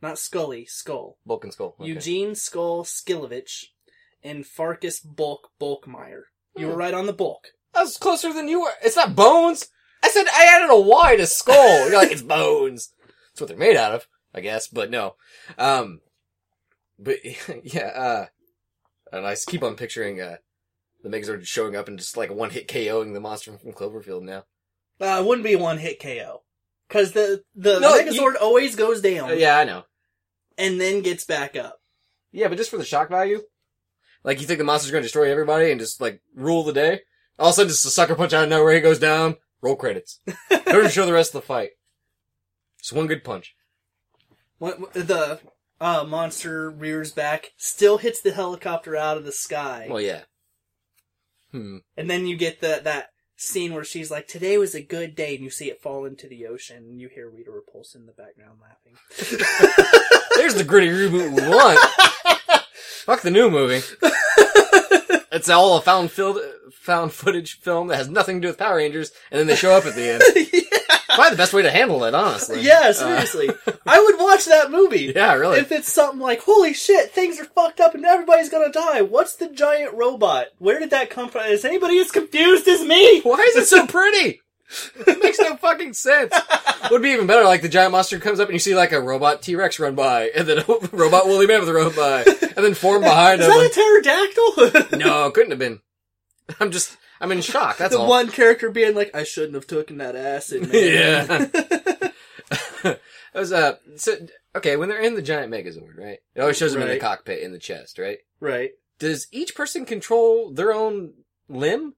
S1: Not Scully, Skull.
S2: Bulk and Skull. Okay.
S1: Eugene Skull Skilovich and Farkas Bulk Bulkmeyer. You were
S2: Hmm.
S1: right on the bulk.
S2: That was closer than you were. It's not bones. I said I added a Y to skull. You're like, it's bones. That's what they're made out of, I guess, but no. Um, but <laughs> yeah, uh, and I s- keep on picturing, uh, the Megazord showing up and just like one hit KOing the monster from Cloverfield now.
S1: Uh, it wouldn't be one hit KO. Cause the, the
S2: No, you-
S1: Megazord always goes down
S2: Uh, yeah, I know.
S1: and then gets back up.
S2: Yeah, but just for the shock value. Like, you think the monster's gonna destroy everybody and just like rule the day? All of a sudden, just a sucker punch out of nowhere, he goes down, roll credits. Don't even show the rest of the fight. Just one good punch.
S1: When, the uh, monster rears back, still hits the helicopter out of the sky.
S2: Well, yeah. Hmm.
S1: And then you get the, that scene where she's like, today was a good day, and you see it fall into the ocean, and you hear Rita Repulsa in the background laughing.
S2: <laughs> There's the gritty reboot
S1: <laughs>
S2: we want. Fuck the new movie. It's all a found filled, found footage film that has nothing to do with Power Rangers, and then they show up at
S1: <laughs>
S2: the end. Probably the best way to handle it, honestly.
S1: yeah,
S2: Uh,
S1: seriously. I would watch that movie.
S2: <laughs> yeah, really.
S1: If it's something like, holy shit, things are fucked up and everybody's gonna die. What's the giant robot? Where did that come from? Is anybody as confused as me?
S2: Why is
S1: <laughs>
S2: it so pretty? It makes no fucking sense. Would be even better, like the giant monster comes up and you see like a robot T Rex run by, and then a <laughs> robot woolly mammoth run by, and then form behind
S1: Is
S2: him.
S1: that a pterodactyl? <laughs>
S2: No, couldn't have been. I'm just, I'm in shock. That's
S1: the
S2: all.
S1: one character being like, I shouldn't have taken that acid, man. <laughs>
S2: <laughs> yeah. <laughs> it was uh so okay when they're in the giant megazord right it always shows them in the
S1: Right.
S2: cockpit in the chest right
S1: right.
S2: does each person control their own limb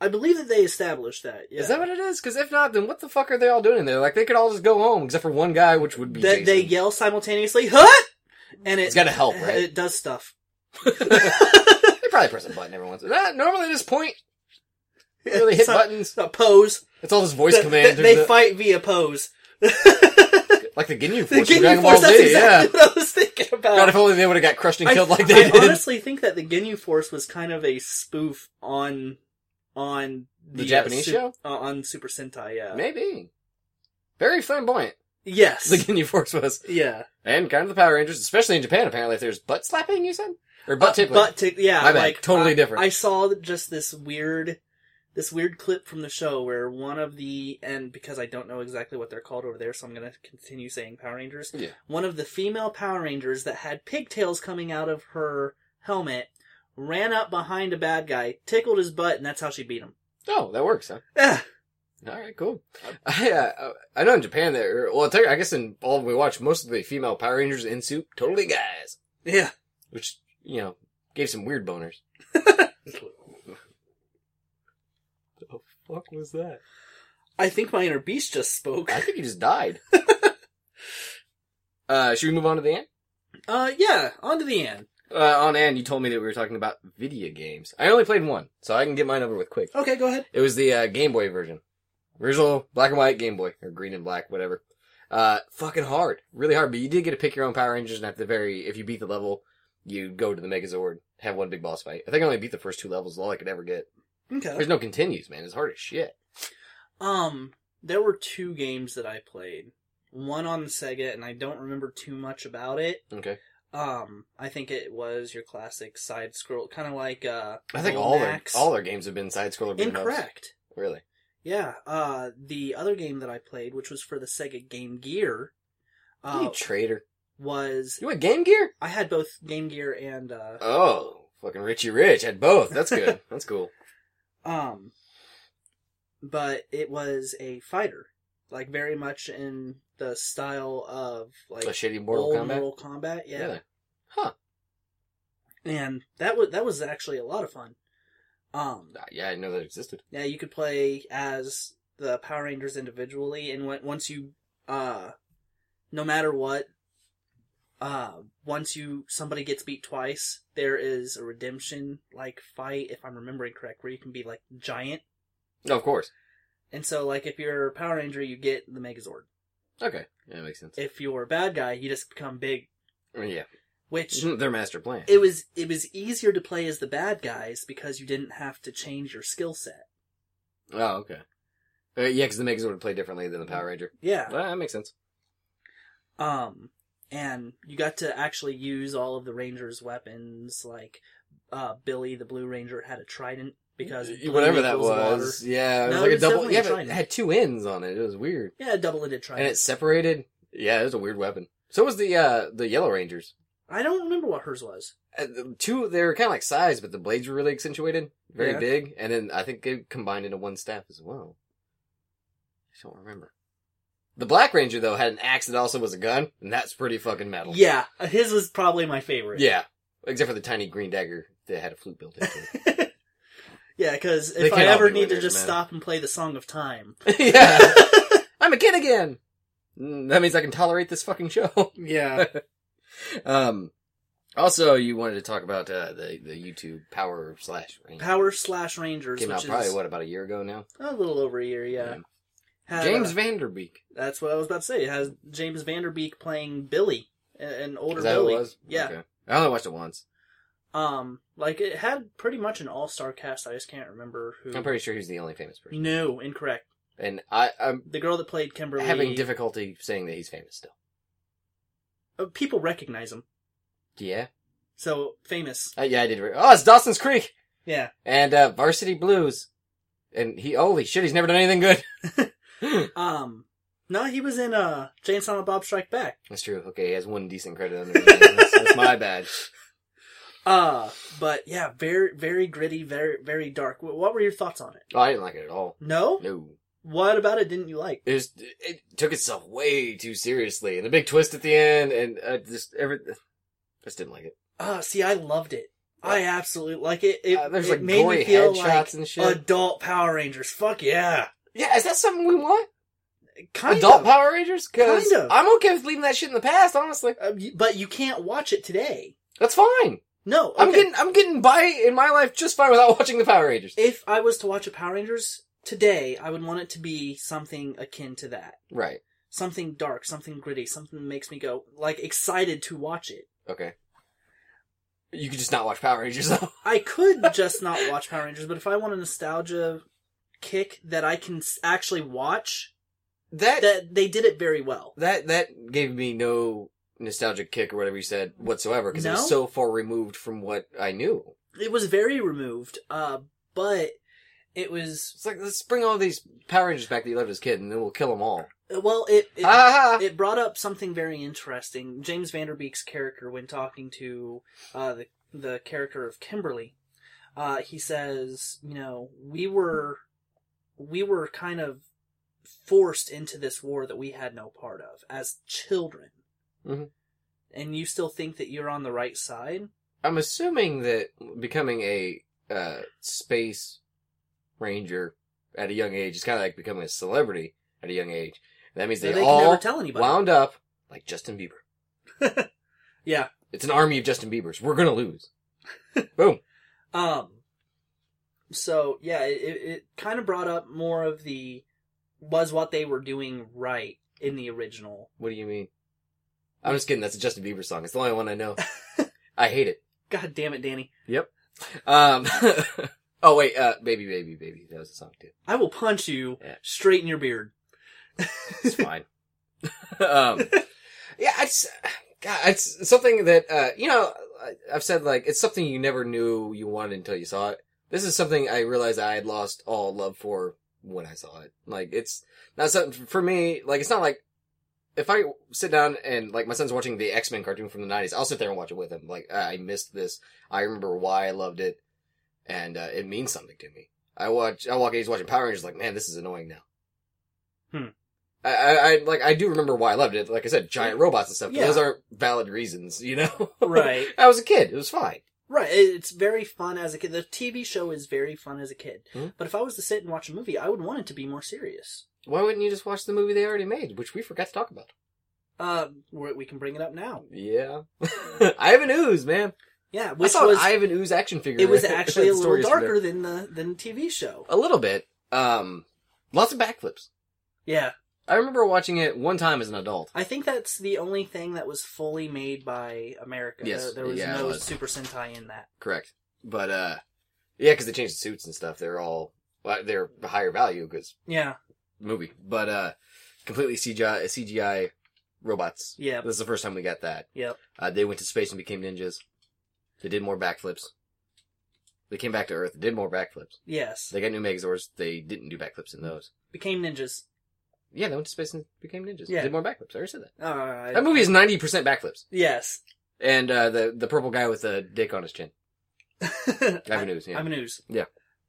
S1: I believe that they established that. Yeah.
S2: is that what it is because if not then what the fuck are they all doing in there like they could all just go home except for one guy which would be
S1: that they
S2: Jason.
S1: yell simultaneously, huh? And it,
S2: it's gotta help right
S1: it does stuff.
S2: they probably press a button every once in a while normally at
S1: <laughs>
S2: this point they really hit
S1: So-
S2: buttons
S1: so pose.
S2: it's all this voice
S1: Th-
S2: command
S1: th- they
S2: There's
S1: fight via pose. <laughs>
S2: the- like the ginyu
S1: The
S2: force from
S1: Ginyu
S2: dragon
S1: Force.
S2: ball
S1: That's
S2: z yeah
S1: exactly what <laughs> I was thinking about.
S2: god if only they would have got crushed and
S1: I-
S2: killed
S1: <laughs>
S2: like
S1: I
S2: they did
S1: honestly think that the Ginyu Force was kind of a spoof on on
S2: The
S1: uh,
S2: Japanese
S1: Sup-
S2: show?
S1: uh, on Super Sentai. Yeah.
S2: maybe very flamboyant <laughs>
S1: Yes.
S2: the Ginyu Force was.
S1: yeah.
S2: And kind of the Power Rangers, especially in Japan, apparently, if there's butt slapping, you said? Or butt
S1: Uh,
S2: tickling.
S1: butt tick- Yeah.
S2: My bad.
S1: Like
S2: Totally
S1: I-
S2: different.
S1: I saw just this weird. This weird clip from the show where one of the and because I don't know exactly what they're called over there, so I'm gonna continue saying Power Rangers.
S2: Yeah.
S1: One of the female Power Rangers that had pigtails coming out of her helmet ran up behind a bad guy, tickled his butt, and that's how she beat him.
S2: Oh, that works, huh?
S1: Yeah.
S2: Alright, cool. I, uh, I know in Japan there, well, I'll tell you, I guess in all we watch, most of the female Power Rangers in suit, totally guys.
S1: Yeah.
S2: Which, you know, gave some weird boners. the fuck was that?
S1: I think my inner beast just spoke.
S2: I think he just died. uh, should we move on to the end?
S1: Uh, yeah, on to the end.
S2: Uh, on end, you told me that we were talking about video games. I only played one, so I can get mine over with quick.
S1: Okay, go ahead.
S2: It was the uh, Game Boy version, original black and white Game Boy or green and black, whatever. Uh, fucking hard, really hard. But you did get to pick your own Power Rangers, and at the very, if you beat the level, you go to the Megazord, have one big boss fight. I think I only beat the first two levels, all I could ever get.
S1: Okay.
S2: There's no continues, man. It's hard as shit.
S1: Um, there were two games that I played. One on the Sega, and I don't remember too much about it.
S2: Okay.
S1: Um, I think it was your classic side scroll, kind of like, uh,
S2: I think
S1: Golden
S2: all their
S1: Axe.
S2: all their games have been side scroller.
S1: Incorrect.
S2: Really?
S1: Yeah, uh, the other game that I played, which was for the Sega Game Gear, uh,
S2: you traitor.
S1: was,
S2: You want Game Gear?
S1: I had both Game Gear and, uh,
S2: Oh, fucking Richie Rich had both.
S1: <laughs>
S2: That's good. That's cool.
S1: Um, but it was a fighter, like very much in the style of
S2: A
S1: like
S2: shitty Mortal
S1: old
S2: Kombat.
S1: Mortal Kombat, yeah.
S2: Really? Huh.
S1: And that was that was actually a lot of fun. Um,
S2: Ah, Yeah, I didn't know that existed.
S1: yeah, you could play as the Power Rangers individually, and when, once you, uh, no matter what, uh, once you somebody gets beat twice, there is a redemption like fight, if I'm remembering correct, where you can be like giant.
S2: No, of course.
S1: And so, like, if you're a Power Ranger, you get the Megazord.
S2: Okay, yeah, that makes sense.
S1: If you're a bad guy, you just become big.
S2: I mean, yeah,
S1: Which
S2: their master plan.
S1: it was it was easier to play as the bad guys because you didn't have to change your skill set.
S2: oh, okay. Uh, yeah, because the Megazord would play differently than the Power Ranger.
S1: Yeah.
S2: Well, that makes sense.
S1: Um, and you got to actually use all of the Ranger's weapons. Like, uh, Billy the Blue Ranger had a trident because
S2: Y-
S1: blue
S2: whatever that
S1: equals water.
S2: was, yeah, it was
S1: No,
S2: like
S1: it
S2: a
S1: was
S2: double.
S1: definitely
S2: Yeah,
S1: a
S2: but it
S1: trident.
S2: had two ends on it. It was weird,
S1: Yeah, a double-ended
S2: and
S1: trident.
S2: it separated. Yeah, it was a weird weapon. So was the uh the Yellow Rangers.
S1: I don't remember what hers was.
S2: Uh, the two, they were kind of like size, but the blades were really accentuated, very
S1: Yeah.
S2: big, and then I think they combined into one staff as well. I don't remember. The Black Ranger though had an axe that also was a gun, and that's pretty fucking metal.
S1: Yeah, his was probably my favorite.
S2: Yeah. Except for the tiny green dagger that had a flute built into it.
S1: yeah, because
S2: They
S1: if I
S2: can't all
S1: ever
S2: be
S1: need to
S2: winners,
S1: just
S2: man.
S1: stop and play the Song of
S2: <laughs>
S1: Time, <laughs>
S2: yeah. I'm a kid again. Mm, That means I can tolerate this fucking show. <laughs>
S1: yeah,
S2: um, also, you wanted to talk about uh, the the YouTube Power slash
S1: <laughs>
S2: Ranger.
S1: Power Slash Rangers,
S2: came
S1: which
S2: out
S1: is
S2: probably what about a year ago now.
S1: a little over a year. Yeah, Had,
S2: James
S1: uh,
S2: Vanderbeek.
S1: that's what I was about to say. It has James Vanderbeek playing Billy, a- an older
S2: Is that who
S1: Billy.
S2: it was?
S1: Yeah.
S2: Okay. I only watched it once.
S1: Um, like it had pretty much an all star cast. I just can't remember who.
S2: I'm pretty sure he's the only famous person.
S1: No, incorrect.
S2: And I, I'm
S1: The girl that played Kimberly.
S2: having difficulty saying that he's famous still.
S1: uh, people recognize him.
S2: Yeah.
S1: So famous.
S2: Uh, yeah, I did. Re- oh, it's Dawson's Creek
S1: Yeah.
S2: and uh, Varsity Blues. And he, holy shit, he's never done anything good.
S1: Um. No, he was in uh Jane Silent Bob Strike Back.
S2: That's true. Okay, he has one decent credit under his name. That's, that's my bad.
S1: Uh, but yeah, very very gritty, very very dark. Wh- What were your thoughts on it?
S2: Oh, I didn't like it at all.
S1: No,
S2: No,
S1: what about it didn't you like?
S2: it was, it took itself way too seriously, and the big twist at the end, and uh, just every, just didn't like it.
S1: Ah, see, I loved it. I absolutely like it. It,
S2: Uh, there's
S1: it
S2: like
S1: made
S2: gory
S1: me feel like
S2: headshots and shit.
S1: adult Power Rangers. Fuck yeah,
S2: yeah, is that something we want?
S1: kind
S2: Adult
S1: of.
S2: Power Rangers? Because
S1: Kind of.
S2: I'm okay with leaving that shit in the past. Honestly,
S1: Uh, you- but you can't watch it today.
S2: that's fine.
S1: No,
S2: I'm
S1: okay.
S2: getting I'm getting by in my life just fine without <laughs> watching the Power Rangers.
S1: If I was to watch a Power Rangers today, I would want it to be something akin to that.
S2: Right.
S1: Something dark, something gritty, something that makes me go like excited to watch it.
S2: Okay. You could just not watch Power Rangers though. <laughs>
S1: I could just not watch Power Rangers, but if I want a nostalgia kick that I can s- actually watch,
S2: That
S1: that they did it very well.
S2: that that gave me no nostalgic kick or whatever you said whatsoever because it
S1: No?
S2: was so far removed from what I knew.
S1: It was very removed, uh, but it was
S2: It's like let's bring all these Power Rangers back that you loved as a kid, and then we'll kill them all.
S1: well. It it,
S2: Ah,
S1: it brought up something very interesting. James Vanderbeek's character, when talking to uh, the the character of Kimberly, uh, he says, "You know, we were we were kind of forced into this war that we had no part of as children."
S2: Mhm.
S1: And you still think that you're on the right side?
S2: I'm assuming that becoming a uh, space ranger at a young age is kind of like becoming a celebrity at a young age. That means
S1: So
S2: they,
S1: they can
S2: all
S1: never tell anybody.
S2: wound up like Justin Bieber.
S1: <laughs> Yeah.
S2: It's an army of Justin Biebers. We're
S1: <laughs>
S2: gonna lose. Boom.
S1: Um. So yeah, it, it, it kind of brought up more of the was what they were doing right in the original.
S2: What do you mean? I'm just kidding. That's a Justin Bieber song. It's the only one I know. I hate it.
S1: God damn it, Danny!
S2: Um. <laughs> oh wait. Uh. Baby, baby, baby. That was a song too.
S1: I will punch you
S2: Yeah.
S1: straight in your beard.
S2: It's fine. <laughs> um. Yeah. It's. God. It's something that. Uh. You know. I- I've said like it's something you never knew you wanted until you saw it. This is something I realized I had lost all love for when I saw it. Like it's not something for me. Like it's not like if I sit down and like my son's watching the X Men cartoon from the nineties, I'll sit there and watch it with him. Like ah, I missed this. I remember why I loved it, and uh, it means something to me. I watch. I walk. in, He's watching Power Rangers. Like man, this is annoying now.
S1: Hmm.
S2: I, I, I like. I do remember why I loved it. Like I said, giant robots and stuff. but
S1: Yeah.
S2: Those aren't valid reasons, you know. <laughs>
S1: Right.
S2: I was a kid. It was fine.
S1: Right. it- It's very fun as a kid. The TV show is very fun as a kid.
S2: Mhm.
S1: But if I was to sit and watch a movie, I would want it to be more serious.
S2: Why wouldn't you just watch the movie they already made, which we forgot to talk about?
S1: Um, we we can bring it up now.
S2: <laughs> Yeah. Ivan Ooze, man.
S1: Yeah, which
S2: I saw
S1: was
S2: an Ivan Ooze action
S1: <laughs>
S2: figure. <laughs>
S1: it was
S2: at
S1: actually a
S2: the store
S1: little
S2: yesterday.
S1: darker than the than the TV show.
S2: A little bit. Um, lots of backflips.
S1: Yeah,
S2: I remember watching it one time as an adult.
S1: I think that's the only thing that was fully made by America.
S2: Yes,
S1: There- there was
S2: yeah, it
S1: no
S2: was.
S1: Super Sentai in that.
S2: Correct. But uh, yeah, because they changed the suits and stuff. They're all well, they're higher value because
S1: Yeah,
S2: movie. But uh, completely CGI CGI robots.
S1: yeah,
S2: This is the first time we got that.
S1: Yep.
S2: Uh, they went to space and became ninjas. They did more backflips. They came back to Earth. Did more backflips.
S1: yes.
S2: They got new Megazords. They didn't do backflips in those.
S1: Became ninjas.
S2: Yeah, they went to space and became ninjas.
S1: Yeah.
S2: Did more backflips. I already said that.
S1: Uh, I-
S2: That movie is ninety percent backflips,
S1: Yes. <laughs>
S2: and uh, the the purple guy with the dick on his chin. Ivan Ooze. Yeah.
S1: Ivan Ooze.
S2: Yeah.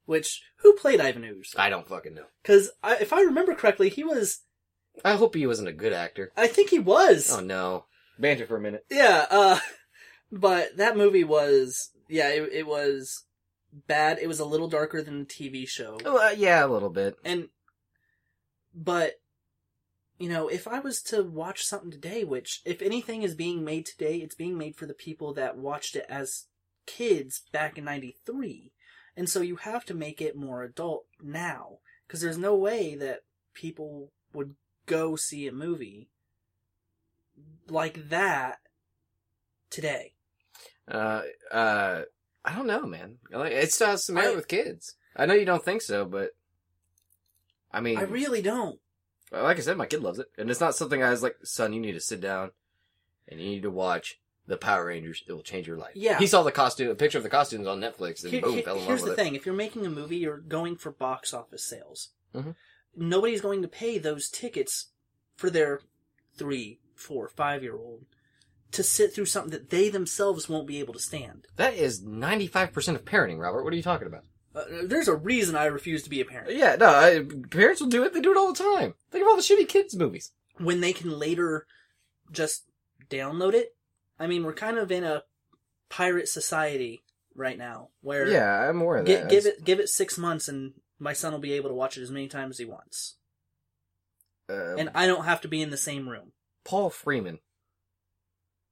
S1: Which who played Ivan Ooze?
S2: I don't fucking know.
S1: Because I, if I remember correctly, he was.
S2: I hope he wasn't a good actor.
S1: I think he was.
S2: Oh no. Banter for a minute.
S1: Yeah. Uh, <laughs> but that movie was. Yeah, it, it was bad. It was a little darker than the TV show.
S2: Oh, uh, yeah, a little bit.
S1: And, but, you know, if I was to watch something today, which, if anything is being made today, it's being made for the people that watched it as kids back in 93. And so you have to make it more adult now. Because there's no way that people would go see a movie like that today.
S2: Uh, uh, I don't know, man. Like, It still has some merit
S1: I-
S2: with kids. I know you don't think so, but I mean,
S1: I really don't.
S2: like I said, my kid loves it, and it's not something I was like, son, you need to sit down and you need to watch the Power Rangers. It will change your life.
S1: Yeah.
S2: he saw the costume, a picture of the costumes on Netflix, and
S1: Here-
S2: boom,
S1: here-
S2: fell in love
S1: here's
S2: with
S1: the
S2: it.
S1: thing: if you're making a movie, you're going for box office sales.
S2: Mhm.
S1: Nobody's going to pay those tickets for their three, four, five year old to sit through something that they themselves won't be able to stand.
S2: That is ninety five percent of parenting, Robert. What are you talking about?
S1: Uh, there's a reason I refuse to be a parent
S2: Yeah, no, I, parents will do it. They do it all the time. Think of all the shitty kids movies.
S1: when they can later just download it. I mean, we're kind of in a pirate society right now where
S2: Yeah, I'm aware of
S1: gi-
S2: that.
S1: give it give it six months and my son will be able to watch it as many times as he wants,
S2: Uh,
S1: and I don't have to be in the same room.
S2: Paul Freeman,
S1: Hmm.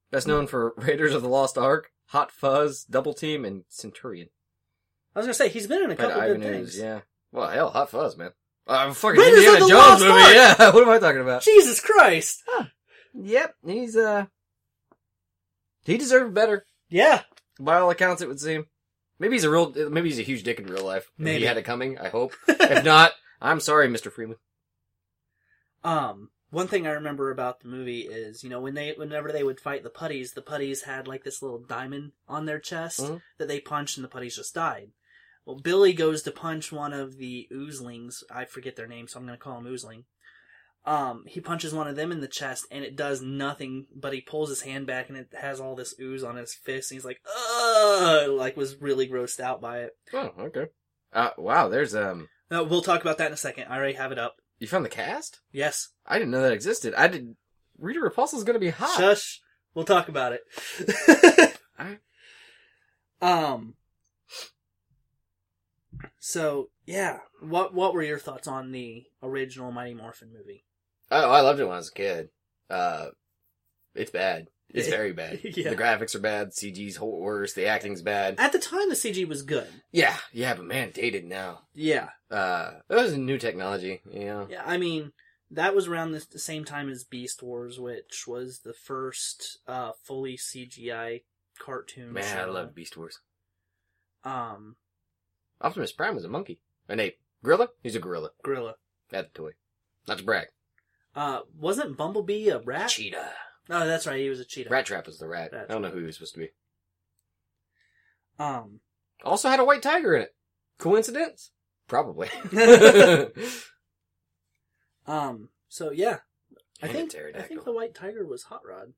S2: best known for <laughs> Raiders of the Lost Ark, Hot Fuzz, Double Team, and Centurion.
S1: I was gonna say he's been in a
S2: Played
S1: couple good
S2: Ivan
S1: things.
S2: Ooze, yeah. Well, hell, Hot Fuzz, man. Uh, fucking
S1: Raiders of
S2: Indiana
S1: the
S2: Jones
S1: Lost
S2: movie.
S1: Ark!
S2: Yeah, <laughs> what am I talking about?
S1: Jesus Christ!
S2: Yep, he's uh, he deserved better
S1: Yeah,
S2: by all accounts. It would seem. Maybe he's a real. Maybe he's a huge dick in real life. and
S1: Maybe.
S2: he had it coming.
S1: <laughs>
S2: I hope. if not, I'm sorry, Mr. Freeman.
S1: Um, one thing I remember about the movie is, you know, when they, whenever they would fight the putties, the putties had like this little diamond on their chest
S2: Mhm.
S1: that they punched, and the putties just died. Well, Billy goes to punch one of the oozlings. I forget their name, so I'm gonna call him oozling. Um, he punches one of them in the chest, and it does nothing. But he pulls his hand back, and it has all this ooze on his fist. And he's like, "Ugh!" Like was really grossed out by it.
S2: Oh, okay. Uh, wow. There's um.
S1: Uh, we'll talk about that in a second. I already have it up.
S2: You found the cast?
S1: Yes.
S2: I didn't know that existed. I did. Rita Repulsa's gonna be hot.
S1: Shush. We'll talk about it.
S2: Alright.
S1: Um. So yeah, what what were your thoughts on the original Mighty Morphin movie?
S2: Oh, I loved it when I was a kid. Uh, it's bad.
S1: <laughs>
S2: It's very bad.
S1: Yeah.
S2: The graphics are bad. CG's whole worse. The acting's bad.
S1: At the time, the CG was good.
S2: Yeah, yeah, but man, dated now.
S1: Yeah,
S2: Uh, it was a new technology, you know.
S1: yeah. I mean, that was around the, the same time as Beast Wars, which was the first uh, fully CGI cartoon.
S2: Man, I
S1: show.
S2: love Beast Wars.
S1: um
S2: Optimus Prime was a monkey, an ape, gorilla. He's a gorilla.
S1: Gorilla.
S2: That's a toy. Not to brag.
S1: Uh, wasn't Bumblebee a rat?
S2: Cheetah.
S1: Oh, that's right. He was a cheetah.
S2: Rat Trap was the rat.
S1: Rat
S2: I don't know who he was supposed to be.
S1: Um,
S2: Also had a white tiger in it. Coincidence?
S1: <laughs>
S2: Probably. <laughs>
S1: um. So yeah, I
S2: And a
S1: think I
S2: pterodactyl.
S1: think the white tiger was Hot Rod.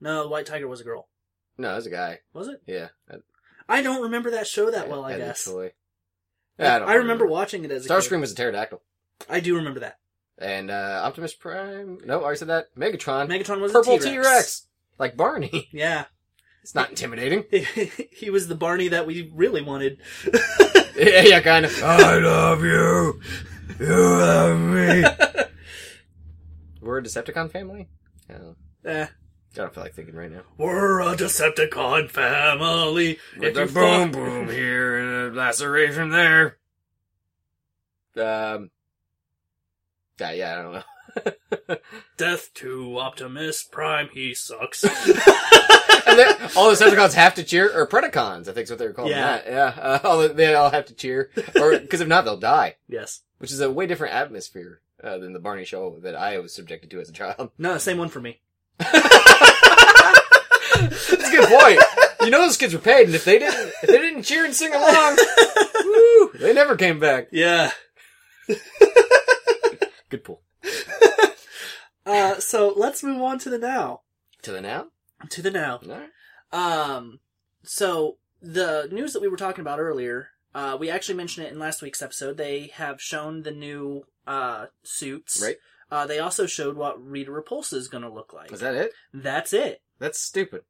S1: No, the white tiger was a girl.
S2: No, it was a guy.
S1: Was it?
S2: Yeah. I-
S1: I don't remember that show that well. I
S2: had a
S1: guess.
S2: toy. Yeah, I, don't
S1: remember watching it as a
S2: Starscream was a pterodactyl.
S1: Kid. I do remember that.
S2: And uh, Optimus Prime. No, I already said that. Megatron.
S1: Megatron was
S2: Purple
S1: a T-Rex.
S2: T Rex. Like Barney. <laughs>
S1: Yeah, <laughs>
S2: It's not intimidating. <laughs>
S1: he was the Barney that we really wanted. <laughs>
S2: yeah, yeah, kind of.
S3: I love you. You love me.
S2: <laughs> We're a Decepticon family? Oh,
S1: Eh.
S2: I don't feel like thinking right now.
S1: We're a Decepticon family. If you fuck-
S2: here and a laceration there. Um. Yeah, yeah, I don't know.
S1: Death to Optimus Prime, he sucks.
S2: <laughs> and then all the Decepticons have to cheer, or Predacons, I think is what they were calling
S1: Yeah.
S2: that. Yeah, uh, all the, they all have to cheer,
S1: <laughs>
S2: or because if not, they'll die,
S1: yes.
S2: which is a way different atmosphere uh, than the Barney show that I was subjected to as a child. <laughs>
S1: No, same one for me.
S2: That's a good point. You know those kids were paid, and if they didn't, if they didn't cheer and sing along, woo, they never came back.
S1: <laughs> Yeah.
S2: Good pull.
S1: Uh, so let's move on to the now.
S2: To the now.
S1: To the now.
S2: All right.
S1: Um, so the news that we were talking about earlier, uh, we actually mentioned it in last week's episode. They have shown the new uh suits.
S2: Right.
S1: Uh, they also showed what Rita Repulsa is going to look like.
S2: Is that it?
S1: That's it.
S2: That's stupid.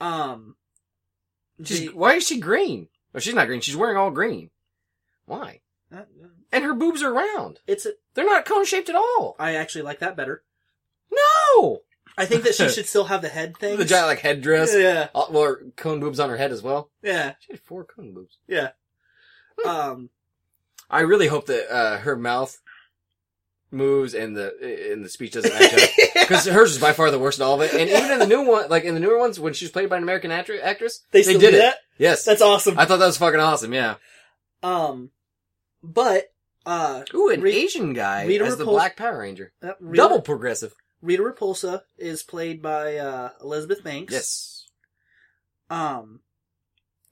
S1: Um,
S2: She's,
S1: the-
S2: Why is she green? Oh, she's not green. She's wearing all green. Why?
S1: uh,
S2: And her boobs are round.
S1: it's. A,
S2: They're not cone shaped at all.
S1: I actually like that better.
S2: No.
S1: I think that
S2: <laughs>
S1: she should still have the head thing.
S2: The giant like headdress.
S1: Yeah.
S2: All, well, her cone boobs on her head as well.
S1: Yeah.
S2: She had four cone boobs. Hmm.
S1: Um.
S2: I really hope that uh, her mouth moves and the and the speech doesn't match <laughs> up.
S1: <laughs>
S2: Because hers is by far the worst in all of it, and even in the new one, like in the newer ones, when she was played by an American actri- actress,
S1: They still
S2: did
S1: do
S2: it.
S1: that.
S2: Yes,
S1: That's awesome.
S2: I thought that was fucking awesome. Yeah.
S1: um, but uh,
S2: Ooh, an
S1: Re-
S2: Asian guy
S1: Rita
S2: as the
S1: Repul-
S2: Black Power Ranger.
S1: uh, Rita,
S2: Double progressive.
S1: Rita Repulsa is played by uh, Elizabeth Banks.
S2: Yes.
S1: Um,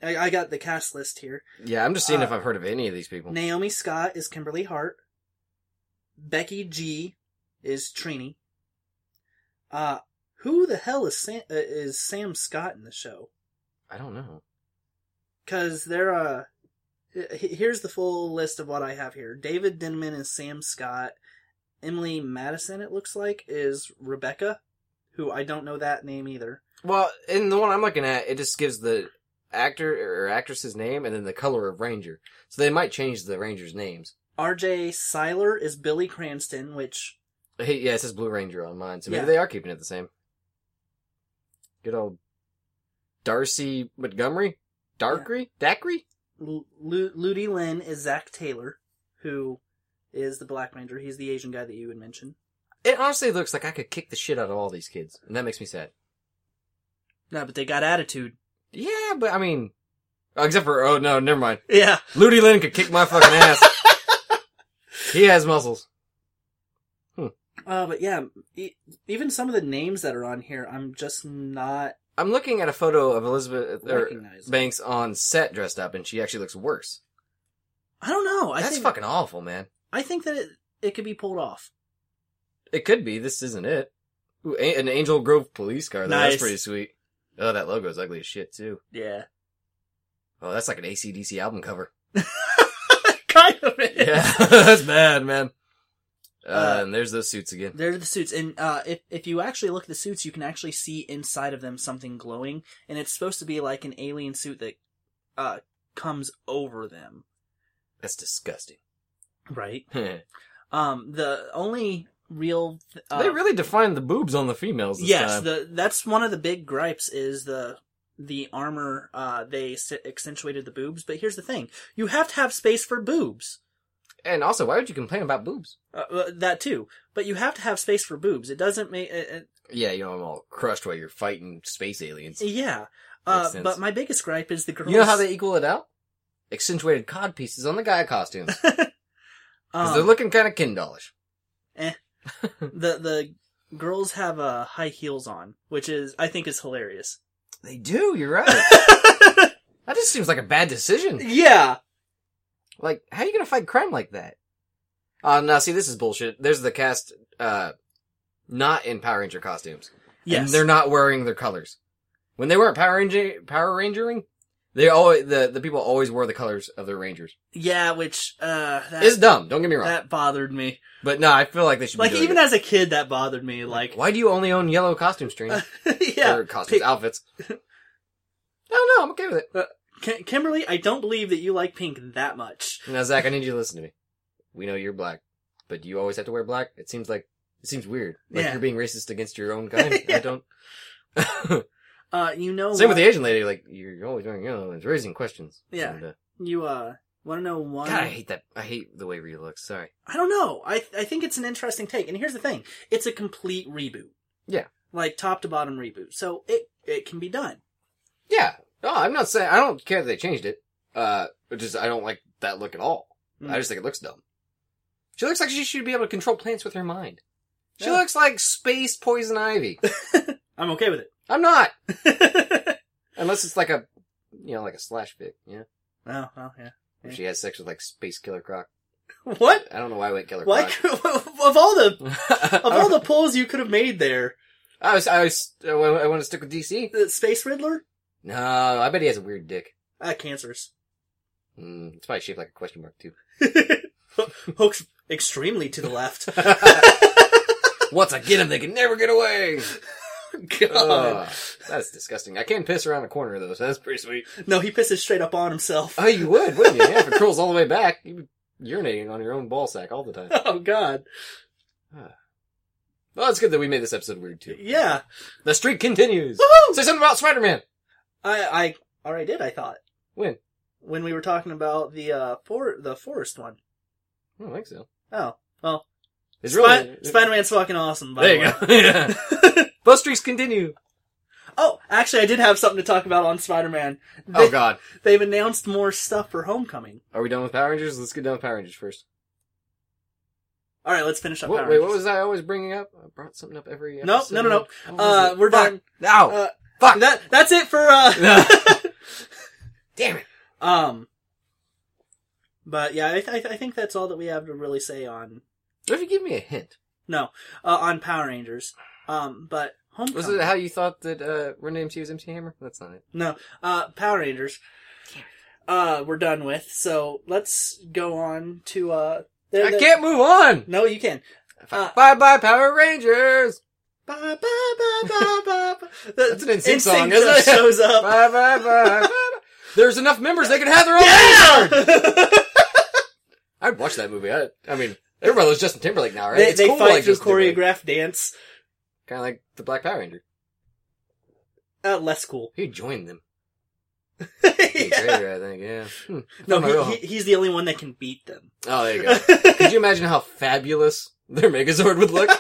S1: I, I got the cast list here.
S2: Yeah, I'm just seeing
S1: Uh,
S2: if I've heard of any of these people.
S1: Naomi Scott is Kimberly Hart. Becky G is Trini. Uh, who the hell is Sam, uh, is Sam Scott in the show?
S2: I don't know.
S1: Because they're uh, h- h- here's the full list of what I have here. David Denman is Sam Scott. Emily Madison, it looks like, is Rebecca, who I don't know that name either.
S2: Well, in the one I'm looking at, it just gives the actor or actress's name and then the color of Ranger. So they might change the Ranger's names.
S1: R.J. Seiler is Billy Cranston, which
S2: Hey, yeah, it says Blue Ranger on mine, so maybe
S1: Yeah.
S2: they are keeping it the same. Good old Darcy Montgomery? Darkry? Dacry?
S1: L- Lu- Ludi Lin is Zach Taylor, who is the Black Ranger. He's the Asian guy that you would mention.
S2: It honestly looks like I could kick the shit out of all these kids, and that makes me sad.
S1: No, but they got attitude.
S2: Yeah, but I mean, oh, except for oh no, never mind.
S1: Yeah.
S2: Ludi Lin could kick my fucking ass. he has muscles.
S1: Uh, but yeah, e- even some of the names that are on here, I'm just not
S2: I'm looking at a photo of Elizabeth or
S1: recognizing.
S2: Banks on set dressed up, and she actually looks worse.
S1: I don't know. I
S2: That's
S1: think
S2: fucking awful, man.
S1: I think that it it could be pulled off.
S2: It could be. This isn't it. Ooh, a- an Angel Grove police car. Though.
S1: Nice.
S2: That's pretty sweet. Oh, that logo's ugly as shit too.
S1: Yeah.
S2: Oh, that's like an ACDC album <laughs> cover.
S1: <laughs> kind of. is.
S2: Yeah, <laughs> that's bad, man. Uh,
S1: Uh,
S2: and there's those suits again.
S1: They're the suits, and uh, if if you actually look at the suits, you can actually see inside of them something glowing, and it's supposed to be like an alien suit that uh comes over them,
S2: That's disgusting. <laughs>
S1: right?
S2: they
S1: Um, the only real uh,
S2: really defined the boobs on the females. This
S1: yes,
S2: time.
S1: the that's one of the big gripes is the the armor. Uh, they s- accentuated the boobs, but here's the thing: you have to have space for boobs.
S2: and also, why would you complain about boobs?
S1: Uh, Uh, that too, but you have to have space for boobs. It doesn't uh, make it, it-
S2: Yeah, you know I'm all crushed while you're fighting space aliens.
S1: yeah.
S2: Makes
S1: Uh,
S2: sense.
S1: but my biggest gripe is the girls.
S2: You know how they equal it out? Accentuated cod pieces on the guy costumes because
S1: um,
S2: they're looking kind of kindolish.
S1: the the girls have uh, high heels on, which is I think is
S2: <laughs>
S1: hilarious.
S2: They do. You're right. <laughs> that just seems like a bad decision.
S1: yeah,
S2: Like, how are you gonna fight crime like that? Uh, now see, this is bullshit. There's the cast, uh, not in Power Ranger costumes.
S1: yes,
S2: And they're not wearing their colors. When they weren't Power Ranger, Power Rangering, they always, the, the people always wore the colors of their Rangers.
S1: yeah, which uh, that,
S2: it's dumb, don't get me wrong.
S1: that bothered me.
S2: but no, I feel like they should
S1: like
S2: be doing
S1: even
S2: it.
S1: as a kid that bothered me like
S2: Why do you only own yellow costumes, Trina?
S1: <laughs> yeah
S2: Or costumes,
S1: Pick- <laughs>
S2: outfits. No, no, I'm okay with it.
S1: Kim- kimberly i don't believe that you like pink that much
S2: Now, Zach, I need you to listen to me. We know you're black, but do you always have to wear black? It seems like, It seems weird. Like
S1: Yeah.
S2: you're being racist against your
S1: <laughs>
S2: own kind.
S1: Yeah.
S2: I don't.
S1: Uh, you know
S2: Same with
S1: what-
S2: the Asian lady. Like you're always doing, you know, it's raising questions.
S1: Yeah.
S2: And, uh,
S1: You uh want to know one?
S2: God, I hate that. I hate the way Rita looks. Sorry.
S1: I don't know. I I think it's an interesting take. And here's the thing: it's a complete reboot.
S2: Yeah.
S1: Like top to bottom reboot. So it it can be done.
S2: Yeah. No, I'm not saying I don't care that they changed it. Uh, it's just I don't like that look at all.
S1: Mm.
S2: I just think it looks dumb. She looks like she should be able to control plants with her mind. She
S1: Yeah.
S2: looks like space poison ivy. <laughs>
S1: I'm okay with
S2: I'm not,
S1: it. <laughs>
S2: unless it's like a, you know, like a slash pick. Yeah.
S1: oh, well, yeah.
S2: If she has sex with like space killer croc.
S1: What?
S2: I don't know why I went killer
S1: Why?
S2: croc.
S1: could- <laughs> of all the
S2: of
S1: of all the pulls you could have made there,
S2: <laughs> I was, I was, I want to stick with DC.
S1: the Space Riddler,
S2: No, I bet he has a weird dick.
S1: ah, cancers.
S2: Mm, it's probably shaped like a question mark too.
S1: <laughs> Hooks extremely to the left. <laughs>
S2: Once I get him, they can never get
S1: <laughs>
S2: away.
S1: God. Uh,
S2: Ugh, that's disgusting. I can piss around the corner though, so that's pretty sweet.
S1: No, he pisses straight up on himself.
S2: Oh, you would, wouldn't you? Yeah, if it curls all the way back, you'd be urinating on your own ball sack all the time.
S1: <laughs> Oh God.
S2: Well, it's good that we made this episode weird too.
S1: Yeah.
S2: The streak continues.
S1: Woohoo!
S2: Say something about Spider-Man.
S1: I I already did. I thought
S2: When?
S1: when we were talking about the uh for the forest one.
S2: I don't think so.
S1: Oh well,
S2: It's
S1: Spi- Spider Man's fucking awesome. By
S2: There
S1: the
S2: you
S1: way.
S2: go. <laughs> yeah. Both streaks continue.
S1: <laughs> Oh, actually, I did have something to talk about on Spider Man.
S2: Oh God.
S1: They've announced more stuff for Homecoming.
S2: Are we done with Power Rangers? Let's get done with Power Rangers first.
S1: All right, let's finish up.
S2: What,
S1: Power
S2: wait, what
S1: Rangers.
S2: was I always bringing up? I brought something up every.
S1: Nope,
S2: Episode.
S1: no, no, no.
S2: What was
S1: Uh,
S2: it?
S1: we're
S2: Fuck. Oh,
S1: done.
S2: Now.
S1: Uh, <laughs>
S2: Fuck.
S1: That that's it for uh.
S2: Damn it.
S1: <laughs> um. But yeah, I, th- I think that's all that we have to really say on
S2: What if you give me a hint?
S1: uh, on Power Rangers. Um, but Homecoming.
S2: Was it how you thought that uh, Run DMC was MC Hammer? That's not it.
S1: Uh, Power Rangers. Uh, we're done with. So let's go on to uh. there-
S2: I
S1: there-
S2: can't move on.
S1: No, you can. Uh,
S2: bye bye Power Rangers.
S1: Ba, ba, ba, ba, ba,
S2: <laughs>
S1: ba. The-
S2: That's an NSYNC song,
S1: NSYNC
S2: isn't <laughs>
S1: just
S2: it?
S1: Shows up.
S2: bye bye bye. bye, bye. There's enough members they can have their own.
S1: <laughs> Yeah!
S2: I'd watch that movie. I, I mean, everybody loves Justin Timberlake now, right?
S1: they
S2: It's
S1: they
S2: cool,
S1: fight
S2: like
S1: through
S2: Justin Timberlake.
S1: choreographed dance.
S2: Kind of like the Black Power Ranger.
S1: Uh, less cool. <laughs>
S2: He joined them. He's a
S1: Yeah.
S2: traitor, I think. Yeah. Hmm. Found my
S1: No,
S2: real
S1: he,
S2: home.
S1: he, he's the only one that can beat them.
S2: Oh, there you go. Could you imagine how fabulous their Megazord would look?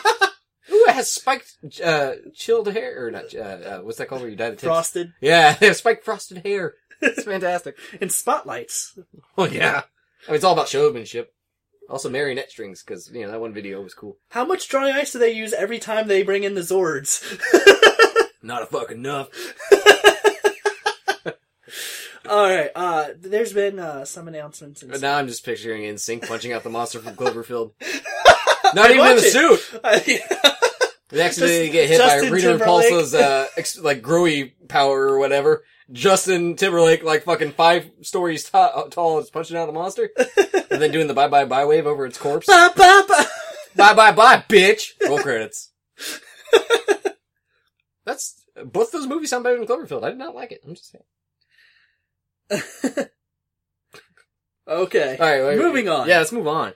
S2: Ooh, it has spiked, uh, chilled hair, or not, uh, uh, what's that called where you dye the tips?
S1: Frosted
S2: Yeah, <laughs> they have spiked frosted hair. It's <laughs> fantastic.
S1: and spotlights.
S2: Oh yeah. I mean, it's all about showmanship. Also marionette strings, cause, you know, that one video was cool.
S1: How much dry ice do they use every time they bring in the Zords? <laughs>
S2: Not a fuck enough.
S1: All right. Uh, there's been uh, some announcements. And
S2: But now I'm just picturing NSYNC punching out the monster from Cloverfield. Not even in
S1: watch
S2: the
S1: it.
S2: suit!
S1: stuff. <laughs>
S2: They accidentally get hit
S1: Justin
S2: by Rita
S1: Timberlake.
S2: Repulsa's, uh, ex- like, growy power or whatever. Justin Timberlake, like, fucking five stories ta- tall is punching out
S1: <laughs>
S2: a monster. and then doing the bye bye bye wave over its corpse. <laughs>
S1: Ba, ba, ba.
S2: bye bye bye, bitch.
S1: <laughs>
S2: Roll credits. That's both those movies sound better than Cloverfield. I did not like it. I'm just saying.
S1: okay.
S2: All right, wait,
S1: Moving on.
S2: Yeah, let's move on.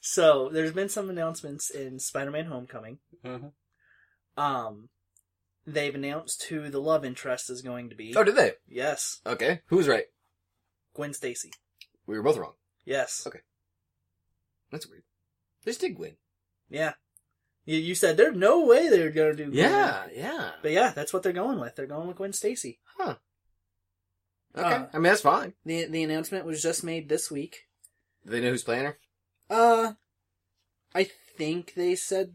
S1: So there's been some announcements in Spider-Man: Homecoming.
S2: Mhm.
S1: Um, they've announced who the love interest is going to be.
S2: Oh, did they?
S1: yes,
S2: Okay, who was right?
S1: Gwen Stacy.
S2: We were both wrong.
S1: Yes.
S2: Okay. That's weird. They just did win.
S1: Yeah. You, you said there's no way they're gonna do. Gwen.
S2: Yeah, yeah.
S1: But yeah, that's what they're going with. They're going with Gwen Stacy.
S2: Okay,
S1: Uh,
S2: I mean that's fine.
S1: The the announcement was just made this week.
S2: Do they know who's playing her?
S1: Uh, I think they said,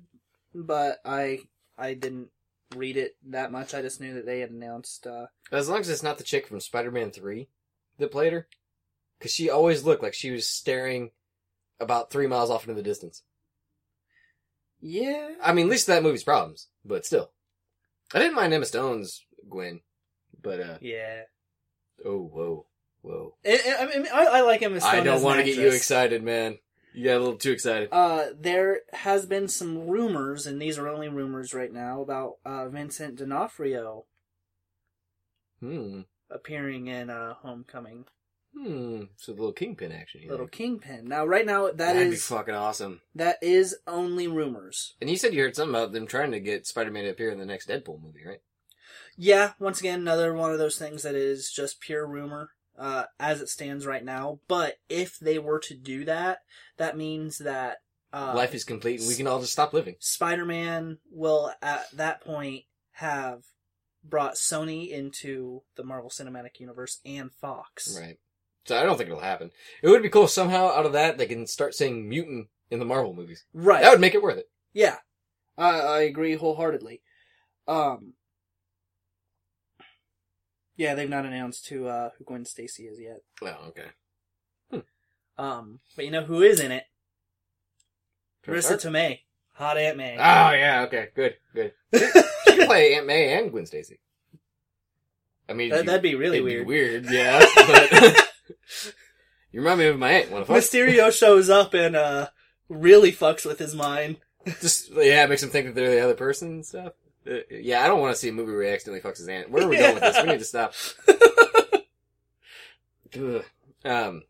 S1: but I I didn't read it that much. I just knew that they had announced. Uh,
S2: As long as it's not the chick from Spider-Man Three that played her, because she always looked like she was staring about three miles off into the distance.
S1: yeah.
S2: I mean, at least that movie's problems, but still. I didn't mind Emma Stone's Gwen, but uh
S1: Yeah.
S2: oh whoa whoa.
S1: And- and- I mean, I, I like Emma Stone.
S2: I
S1: as
S2: don't
S1: an
S2: want to get you
S1: actress.
S2: excited, man. You got a little too excited.
S1: Uh, there has been some rumors, and these are only rumors right now, about uh, Vincent D'Onofrio
S2: Hmm.
S1: appearing in uh, Homecoming.
S2: Hmm. So the little kingpin action. you
S1: Little
S2: think?
S1: Kingpin. Now, right now, that
S2: That'd be
S1: is
S2: fucking awesome.
S1: that is only rumors.
S2: And you said you heard something about them trying to get Spider-Man to appear in the next Deadpool movie, right?
S1: Yeah, once again, another one of those things that is just pure rumor uh, as it stands right now. But if they were to do that, that means that uh,
S2: Life is complete, and we can all just stop living.
S1: Spider-Man will at that point have brought Sony into the Marvel Cinematic Universe and Fox.
S2: Right. So I don't think it'll happen. It would be cool if somehow out of that they can start saying mutant in the Marvel movies.
S1: Right.
S2: That would make it worth it.
S1: yeah, I, I agree wholeheartedly. Um. Yeah, they've not announced who uh, who Gwen Stacy is yet.
S2: Oh, okay.
S1: Um, but you know who is in it? Marissa Tomei, hot Aunt May. <laughs>
S2: Oh yeah, okay, good, good. <laughs> She can play Aunt May and Gwen Stacy. I mean,
S1: that, would be really
S2: it'd
S1: weird.
S2: weird, yeah.
S1: <laughs>
S2: But <laughs> you remind me of my aunt. What the fuck?
S1: Mysterio shows up and uh really fucks with his mind.
S2: Just yeah, it makes them think that they're the other person and stuff. Uh, yeah, I don't want to see a movie where he accidentally fucks his aunt. Where are we going with this? We need
S1: <laughs>
S2: to stop. Ugh. um,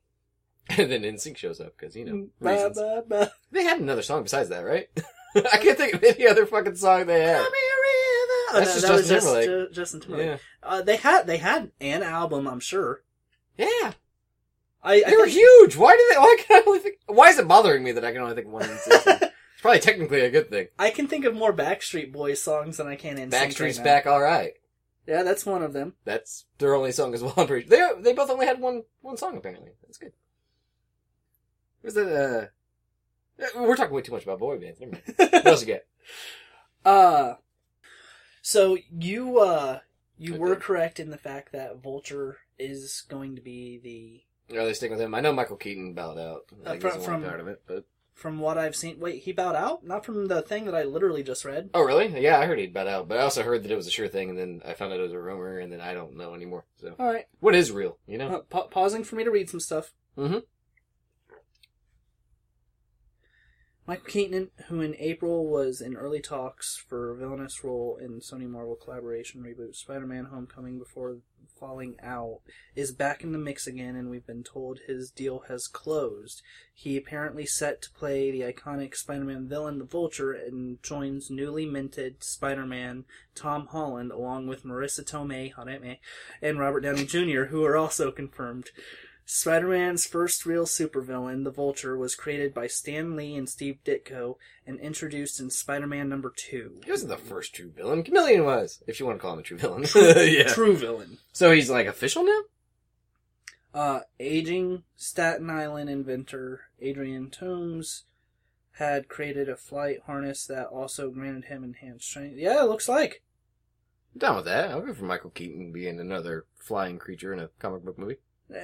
S2: <laughs> and then NSYNC shows up because you know
S1: Ba,
S2: reasons.
S1: ba, ba.
S2: They had another song besides that, right? <laughs> I can't think of any other fucking song they had.
S1: Come here, Rihanna.
S2: That's just
S1: Oh, that was
S2: Justin
S1: just
S2: Timberlake.
S1: Ju- Justin Timberlake.
S2: Yeah,
S1: Uh, they had they had an album, I'm sure.
S2: yeah.
S1: I, I
S2: They were
S1: think-
S2: huge. Why do they? Why can I only think? Why is it bothering me that I can only think of
S1: <laughs>
S2: one? NSYNC? it's probably technically a good thing.
S1: I can think of more Backstreet Boys songs than I can in sync right
S2: Backstreet's
S1: now.
S2: back, all right.
S1: Yeah, that's one of
S2: <laughs>
S1: them. <laughs>
S2: That's their only song <laughs> as well. I'm pretty They they both only had one one song apparently. That's good. Was that uh? We're talking way too much about boy bands. Never mind. what else you get?
S1: Uh so you uh you
S2: I
S1: were
S2: did.
S1: correct in the fact that Vulture is going to be the
S2: Are they sticking with him? I know Michael Keaton bowed out.
S1: Uh,
S2: Like,
S1: from-
S2: from,
S1: from-
S2: part of it, but
S1: from what I've seen. Wait, he bowed out? Not from the thing that I literally just read.
S2: oh really? Yeah, I heard he'd bowed out, but I also heard that it was a sure thing, and then I found out it was a rumor, and then I don't know anymore. So
S1: All right,
S2: what is real? You know?
S1: uh, pa- pausing for me to read some stuff.
S2: Mhm.
S1: Michael Keaton, who in April was in early talks for a villainous role in Sony Marvel collaboration reboot Spider-Man: Homecoming before falling out, is back in the mix again, and we've been told his deal has closed. He apparently set to play the iconic Spider-Man villain, the Vulture, and joins newly minted Spider-Man Tom Holland along with Marissa Tomei, Hot Aunt May, and Robert Downey Jr., who are also confirmed. Spider Man's first real supervillain, the Vulture, was created by Stan Lee and Steve Ditko and introduced in Spider Man number 2.
S2: He wasn't the first true villain. Chameleon was, if you want to call him a
S1: <laughs>
S2: true villain. <laughs> yeah.
S1: True villain.
S2: So he's like official now.
S1: Uh, aging Staten Island inventor Adrian Toomes had created a flight harness that also granted him enhanced strength. Yeah, it looks like.
S2: I'm down with that. I'll go for Michael Keaton being another flying creature in a comic book movie.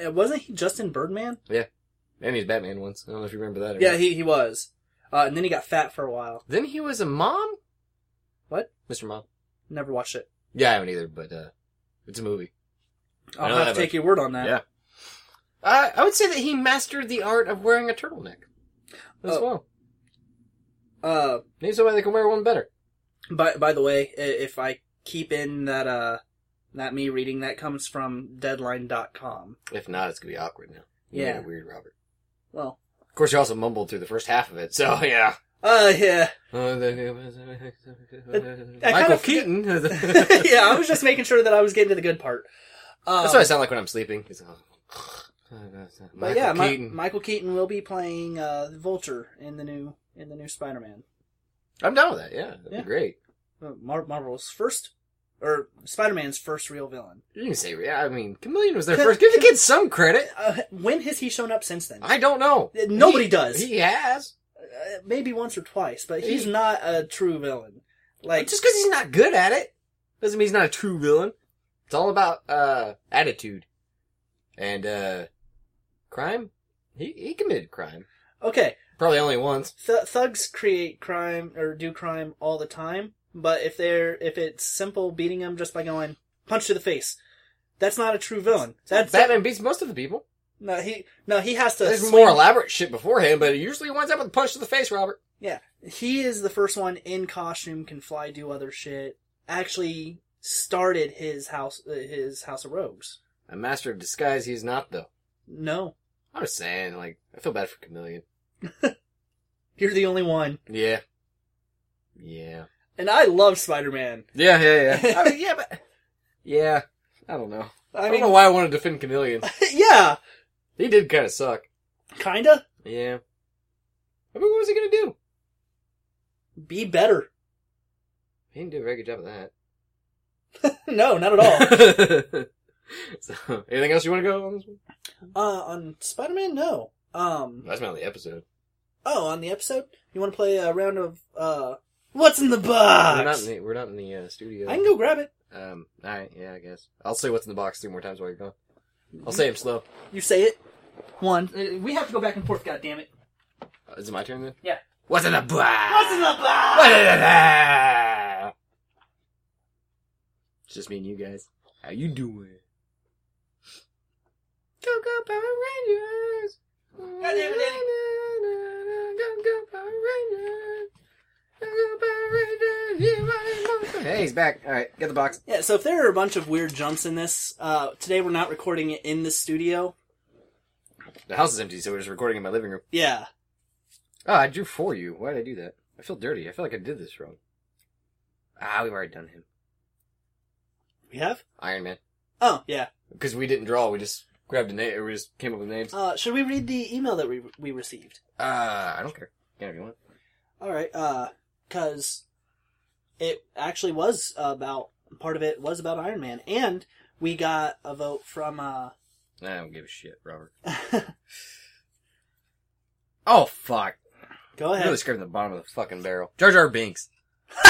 S1: Uh, Wasn't he just in Birdman?
S2: And he's Batman once. I don't know if you remember that. Or
S1: Yeah,
S2: not.
S1: he, he was. Uh, and then he got fat for a while.
S2: then he was a mom.
S1: What?
S2: Mr. Mom.
S1: Never watched it.
S2: Yeah, I haven't either, but uh, it's a movie. I
S1: I'll
S2: know
S1: have
S2: that
S1: to take
S2: much.
S1: your word on that.
S2: Yeah. Uh, I would say that he mastered the art of wearing a turtleneck as
S1: Oh.
S2: well.
S1: Uh,
S2: Name somebody that can wear one better.
S1: By by the way, i- if I keep in that uh that me reading that comes from deadline.com.
S2: If not, it's gonna be awkward now. You
S1: Yeah.
S2: made it weird, Robert.
S1: Well,
S2: Of course, you also mumbled through the first half of it, so <laughs> yeah.
S1: uh
S2: <laughs>
S1: yeah. <laughs>
S2: Michael
S1: of- <laughs>
S2: Keaton. That's
S1: yeah, I was just making sure that I was getting to the good part. Um,
S2: what I sound like <sighs> when I'm sleeping. It's,
S1: but
S2: Michael
S1: yeah, Mi-
S2: Keaton.
S1: Michael Keaton will be playing uh the Vulture in the new in the new Spider-Man.
S2: I'm down with that. Yeah, that'd
S1: Yeah.
S2: be great.
S1: Uh, Mar- Marvel's first or Spider-Man's first real villain.
S2: You can say, yeah. I mean, Chameleon was there
S1: Can-
S2: first. Give the
S1: can-
S2: kid some credit.
S1: Uh, when has he shown up since then?
S2: I don't know.
S1: Uh, Nobody
S2: He-
S1: does.
S2: He has.
S1: uh, maybe once or twice, but he's
S2: He-
S1: not a true villain. Like
S2: Just because he's not good at it doesn't mean he's not a true villain. It's all about uh attitude and uh crime. He he committed crime,
S1: okay,
S2: probably only once.
S1: Th- thugs create crime or do crime all the time, but if they're if it's simple beating them just by going punch to the face, that's not a true villain. That's
S2: Batman beats most of the people.
S1: no he no he has to.
S2: There's
S1: swing-
S2: more elaborate shit beforehand, but it usually winds up with a punch to the face, Robert.
S1: Yeah, he is the first one in costume can fly, do other shit. Actually, started his house uh, his House of Rogues.
S2: A master of disguise, he's not though.
S1: No,
S2: I'm just saying, like, I feel bad for Chameleon.
S1: you're the only one.
S2: Yeah. Yeah.
S1: And I love Spider Man.
S2: Yeah, yeah,
S1: <laughs>
S2: yeah. I mean, yeah, but. Yeah. I don't know. I,
S1: I
S2: don't know
S1: mean,
S2: why I want to defend Chameleon.
S1: <laughs> yeah,
S2: He did kind of suck.
S1: kinda.
S2: Yeah. I mean, what was he going to do?
S1: Be better. <laughs>
S2: He didn't do a very good job of that.
S1: no, not at
S2: <laughs>
S1: all.
S2: so, anything else you want to go on this one?
S1: uh, on Spider Man, no. Um.
S2: That's not the episode.
S1: Oh, on the episode, you want to play a round of uh, what's in the box?
S2: We're not in the, we're not in the uh, studio.
S1: I can go grab it.
S2: Um, alright, yeah, I guess. I'll say what's in the box three more times while you're gone. I'll say him slow.
S1: You say it. One. Uh, We have to go back and forth. God damn it.
S2: Uh, Is it my turn then?
S1: Yeah.
S2: What's in the box?
S1: What's in the
S2: What
S1: box?
S2: is it? It's <laughs> just me and you guys. How you doing? Go go Power Rangers!
S1: damn it, Danny.
S2: Go go Power Rangers! Go go Power Rangers! You mighty monster! Hey, he's back. All right, get the box.
S1: Yeah. So if there are a bunch of weird jumps in this, uh, today we're not recording it in the studio.
S2: The house is empty, so we're just recording in my living room.
S1: Yeah.
S2: Oh, I drew for you. Why did I do that? I feel dirty. I feel like I did this wrong. Ah, we've already done him.
S1: We have.
S2: Iron Man.
S1: Oh yeah.
S2: Because we didn't draw. We just grabbed a name. or We just came up with names.
S1: Uh, should we read the email that we we received?
S2: Uh, I don't care. Yeah, if you want.
S1: All right, uh, because it actually was about part of it was about Iron Man, and we got a vote from uh, <laughs>
S2: I don't give a shit, Robert. Oh fuck!
S1: go
S2: Really
S1: ahead.
S2: scraping the bottom of the fucking barrel. Jar Jar Binks.
S1: <laughs>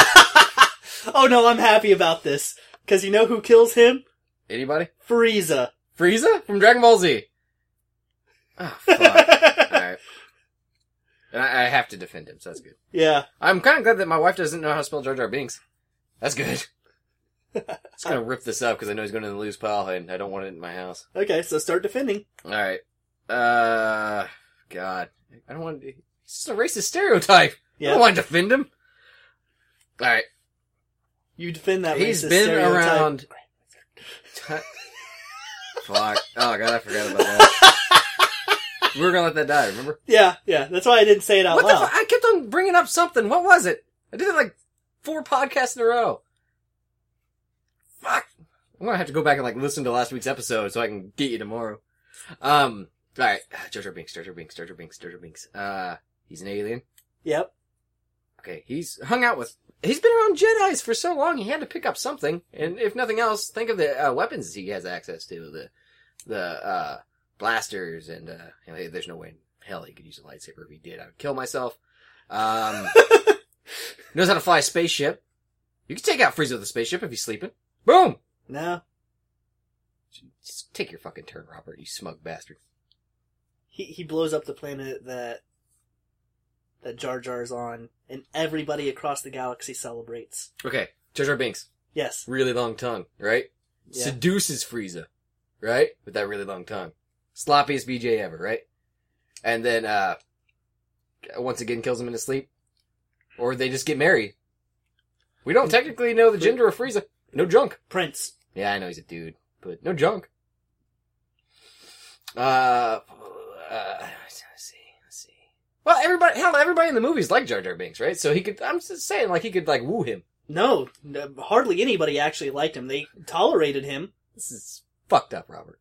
S1: oh no, I'm happy about this because you know who kills him?
S2: Anybody?
S1: Frieza.
S2: Frieza from Dragon Ball Z.
S1: <laughs>
S2: Oh fuck! All
S1: yeah,
S2: right. And I, I have to defend him, so that's good. I'm kind of glad that my wife doesn't know how to spell Jar Jar Binks.
S1: <laughs>
S2: That's good. Just gonna rip this up because I know he's going to the loose pile, and I don't want it in my house.
S1: okay, so start defending.
S2: All right. Uh, God, I don't want to. It's just a racist stereotype. I
S1: Yeah,
S2: don't want to defend him. All right.
S1: you defend that.
S2: He's
S1: racist
S2: been
S1: stereotype. <laughs>
S2: around. Fuck. Oh god, I forgot about that. we were gonna let that die. Remember?
S1: Yeah, yeah, that's why I didn't say it out
S2: what the?
S1: loud.
S2: Fu- I kept on bringing up something. What was it? I did it like four podcasts in a row. Fuck. I'm gonna have to go back and like listen to last week's episode so I can get you tomorrow. Um. All right. <sighs> Jojo Binks. Jojo Binks. Jojo Binks. Jojo Binks. Uh, he's an alien.
S1: Yep.
S2: Okay, he's hung out with. He's been around Jedi's for so long. He had to pick up something, and if nothing else, think of the uh, weapons he has access to the the uh, blasters and uh, you know, hey, there's no way in hell he could use a lightsaber. If he did, I would kill myself. Um, knows how to fly a spaceship. You can take out Frieza with a spaceship if he's sleeping. Boom!
S1: No,
S2: Just take your fucking turn, Robert. You smug bastard.
S1: he he blows up the planet that that Jar Jar's on, and everybody across the galaxy celebrates.
S2: Okay, Jar Jar Binks,
S1: Yes.
S2: really long tongue, right?
S1: Yeah.
S2: seduces Frieza, right? With that really long tongue. Sloppiest BJ ever, right? And then, uh, once again kills him in his sleep. Or they just get married. We don't technically know the gender of Frieza. No junk.
S1: Prince.
S2: Yeah, I know he's a dude, but no junk. Uh, uh let's see, let's see. Well, everybody, hell, everybody in the movies like Jar Jar Binks, right? So he could, I'm just saying, like, he could, like, woo him.
S1: No, no, hardly anybody actually liked him. They tolerated him.
S2: This is fucked up, Robert.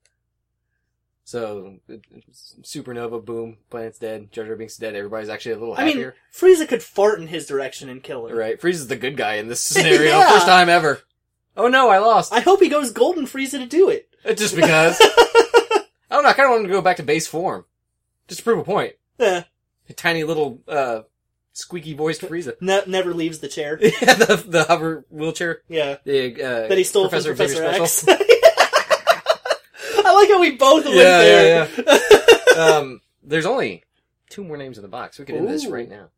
S2: So, it- it's supernova, boom, planet's dead, Jar Jar Binks is dead, everybody's actually a little
S1: I mean,
S2: happier.
S1: Frieza could fart in his direction and kill him.
S2: right, Frieza's the good guy in
S1: <laughs>
S2: this scenario,
S1: Yeah.
S2: first time ever. Oh no, I lost.
S1: I hope he goes Golden Frieza to do it.
S2: Uh,
S1: <laughs>
S2: Just because. I don't know, I kinda want him to go back to base form. Just to prove a point.
S1: Eh,
S2: A tiny little, uh, squeaky voiced Frieza. <laughs>
S1: ne- never leaves the chair.
S2: yeah, the, the hover wheelchair.
S1: Yeah,
S2: The, uh,
S1: that he stole
S2: Professor
S1: from
S2: Xavier
S1: Professor X. <laughs> I like how we both went
S2: Yeah, yeah,
S1: there. <laughs>
S2: <laughs> um, there's only two more names in the box. We can end this
S1: Ooh.
S2: right now.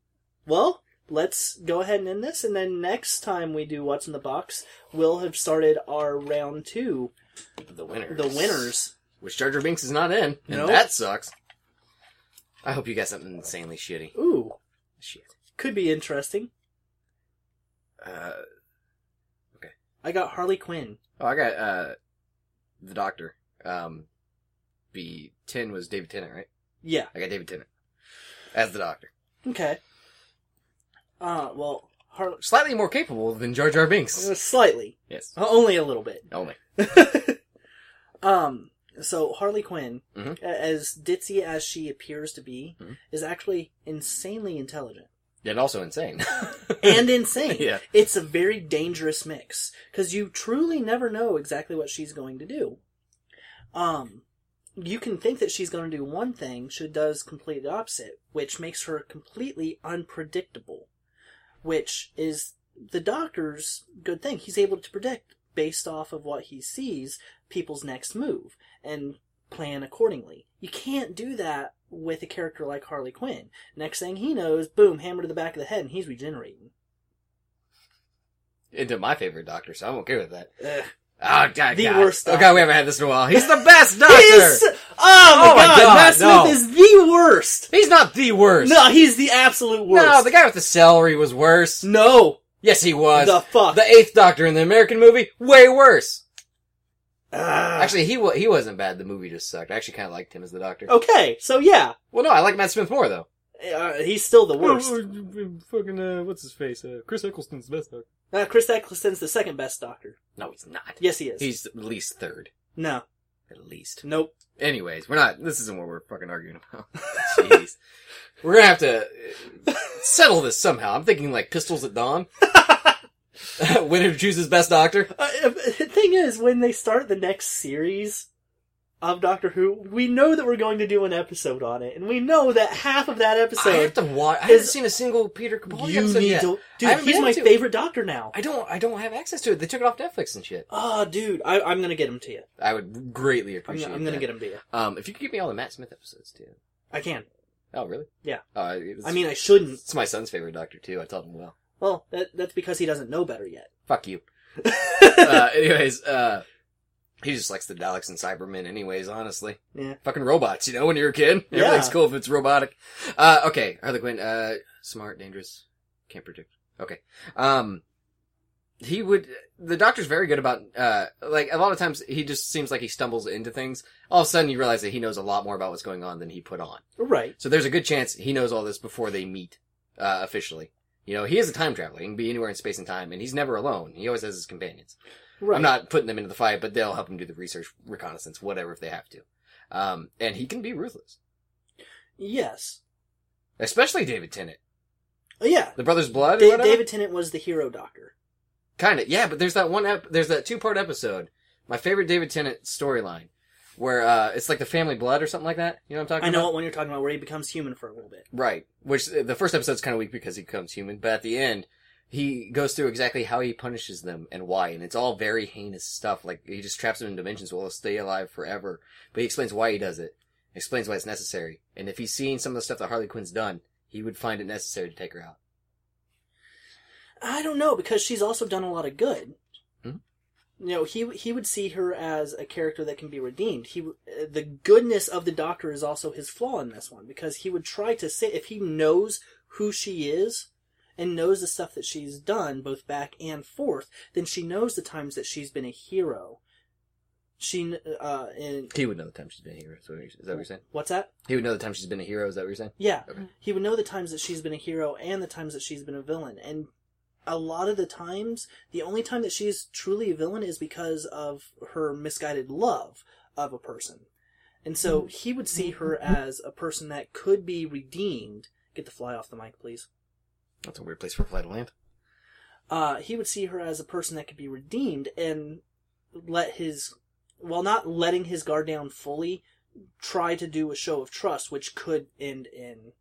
S1: Well, let's go ahead and end this, and then next time we do what's in the box, we'll have started our round two,
S2: The winner.
S1: the winners.
S2: which Jar Jar Binks is not in, and
S1: Nope.
S2: that sucks. I hope you got something insanely shitty.
S1: Ooh,
S2: Shit.
S1: could be interesting.
S2: Uh,
S1: I got Harley Quinn.
S2: oh, I got uh, the Doctor. Um, be ten was David Tennant, right?
S1: Yeah.
S2: I got David Tennant as the Doctor,
S1: Okay. Uh, well, Har-
S2: slightly more capable than Jar Jar Binks.
S1: slightly,
S2: Yes,
S1: only a little bit.
S2: only
S1: um, so Harley Quinn,
S2: Mhm.
S1: a- as ditzy as she appears to be,
S2: Mhm.
S1: is actually insanely intelligent
S2: and also insane. <laughs>
S1: and insane.
S2: Yeah.
S1: It's a very dangerous mix because you truly never know exactly what she's going to do. Um, you can think that she's going to do one thing, she does complete the opposite, which makes her completely unpredictable. Which is the doctor's good thing. He's able to predict based off of what he sees people's next move and plan accordingly. You can't do that with a character like Harley Quinn. Next thing he knows, boom, hammer to the back of the head, and he's regenerating.
S2: Into my favorite Doctor, so I'm okay with that.
S1: Ugh.
S2: Oh God,
S1: The
S2: God.
S1: worst
S2: Oh God,
S1: Doctor.
S2: we haven't had this in a while. He's the best
S1: <laughs>
S2: Doctor.
S1: He's, oh, my,
S2: Oh my
S1: god,
S2: God,
S1: Matt Smith
S2: no.
S1: is the worst.
S2: He's not the worst.
S1: No, he's the absolute worst.
S2: No, the guy with the celery was worse.
S1: No,
S2: Yes, he was.
S1: the fuck.
S2: The Eighth Doctor in the American movie, way worse.
S1: Ah.
S2: Actually, he wa- he wasn't bad. The movie just sucked. I actually kind of liked him as the Doctor.
S1: okay, so yeah,
S2: Well, no, I like Matt Smith more though.
S1: uh, he's still
S2: Oh,
S1: the worst.
S2: fucking uh, what's his face? Uh, Chris Eccleston's best Doctor.
S1: Uh, Chris Eccleston's the second best doctor.
S2: No, he's not.
S1: Yes, he is.
S2: He's at least third.
S1: no,
S2: At least.
S1: nope.
S2: Anyways, we're not. This isn't what we're fucking arguing about. <laughs> Jeez. we're gonna have to uh, settle this somehow. I'm thinking like Pistols at <laughs> Dawn. Winner chooses best Doctor.
S1: Uh, uh, <laughs> the thing is, when they start the next series of Doctor Who, we know that we're going to do an episode on it, and we know that half of that
S2: I
S1: episode
S2: have to watch. I haven't
S1: is-
S2: seen a single Peter Capaldi
S1: you
S2: episode
S1: need
S2: yet.
S1: to.
S2: I
S1: Dude,
S2: haven't
S1: he's
S2: been
S1: my
S2: able to.
S1: favorite Doctor now.
S2: I don't. I don't have access to it. They took it off Netflix and shit.
S1: Oh, dude, I, I'm gonna get him to you.
S2: I would greatly
S1: I'm,
S2: appreciate.
S1: I'm gonna
S2: that.
S1: get him to you.
S2: Um, if you could give me all the Matt Smith episodes too.
S1: I can.
S2: Oh, really?
S1: Yeah.
S2: Uh, it was-
S1: I mean, I shouldn't.
S2: it's my son's favorite doctor too. I told him well.
S1: Well, that, that's because he doesn't know better <laughs> yet.
S2: Fuck you. uh, anyways, uh, he just likes the Daleks and Cybermen. Anyways, honestly,
S1: Yeah.
S2: fucking robots. You know, when you're a kid,
S1: Yeah.
S2: everything's cool if it's robotic. Uh, okay, Harley Quinn. Uh, smart, dangerous, can't predict. Okay, um, he would. The doctor's very good about uh, like a lot of times he just seems like he stumbles into things. All of a sudden, you realize that he knows a lot more about what's going on than he put on.
S1: Right.
S2: So there's a good chance he knows all this before they meet uh, officially. You know, he is a time traveler. He can be anywhere in space and time, and he's never alone. He always has his companions.
S1: Right.
S2: I'm not putting them into the fight, but they'll help him do the research, reconnaissance, whatever if they have to. Um, and he can be ruthless,
S1: Yes.
S2: especially David Tennant,
S1: Oh, yeah.
S2: the Brothers Blood.
S1: Da-
S2: or whatever?
S1: David Tennant was the hero doctor.
S2: Kind of, yeah. But there's that one. Ep- there's that two part episode. My favorite David Tennant storyline, where uh, it's like the family blood or something like that. You know what I'm talking
S1: I
S2: about?
S1: know what one you're talking about, where he becomes human for a little bit.
S2: Right. Which uh, the first episode's kind of weak because he becomes human, but at the end, he goes through exactly how he punishes them and why, and it's all very heinous stuff. Like he just traps them in dimensions where they'll stay alive forever. But he explains why he does it, explains why it's necessary, and if he's seen some of the stuff that Harley Quinn's done, he would find it necessary to take her out.
S1: I don't know because she's also done a lot of good.
S2: Hmm?
S1: You know, he he would see her as a character that can be redeemed. He w- uh, the goodness of the Doctor is also his flaw in this one because he would try to say if he knows who she is and knows the stuff that she's done both back and forth, then she knows the times that she's been a hero. She kn- uh and
S2: He would know the time she's been a hero. Is that what you're- is that what you're saying?
S1: what's that?
S2: He would know the time she's been a hero. Is that what you're saying?
S1: Yeah.
S2: Okay.
S1: He would know the times that she's been a hero and the times that she's been a villain. And a lot of the times, the only time that she's truly a villain is because of her misguided love of a person. And so he would see her as a person that could be redeemed. Get the fly off the mic, please.
S2: That's a weird place for a fly to land.
S1: Uh, he would see her as a person that could be redeemed and let his, while not letting his guard down fully, try to do a show of trust, which could end in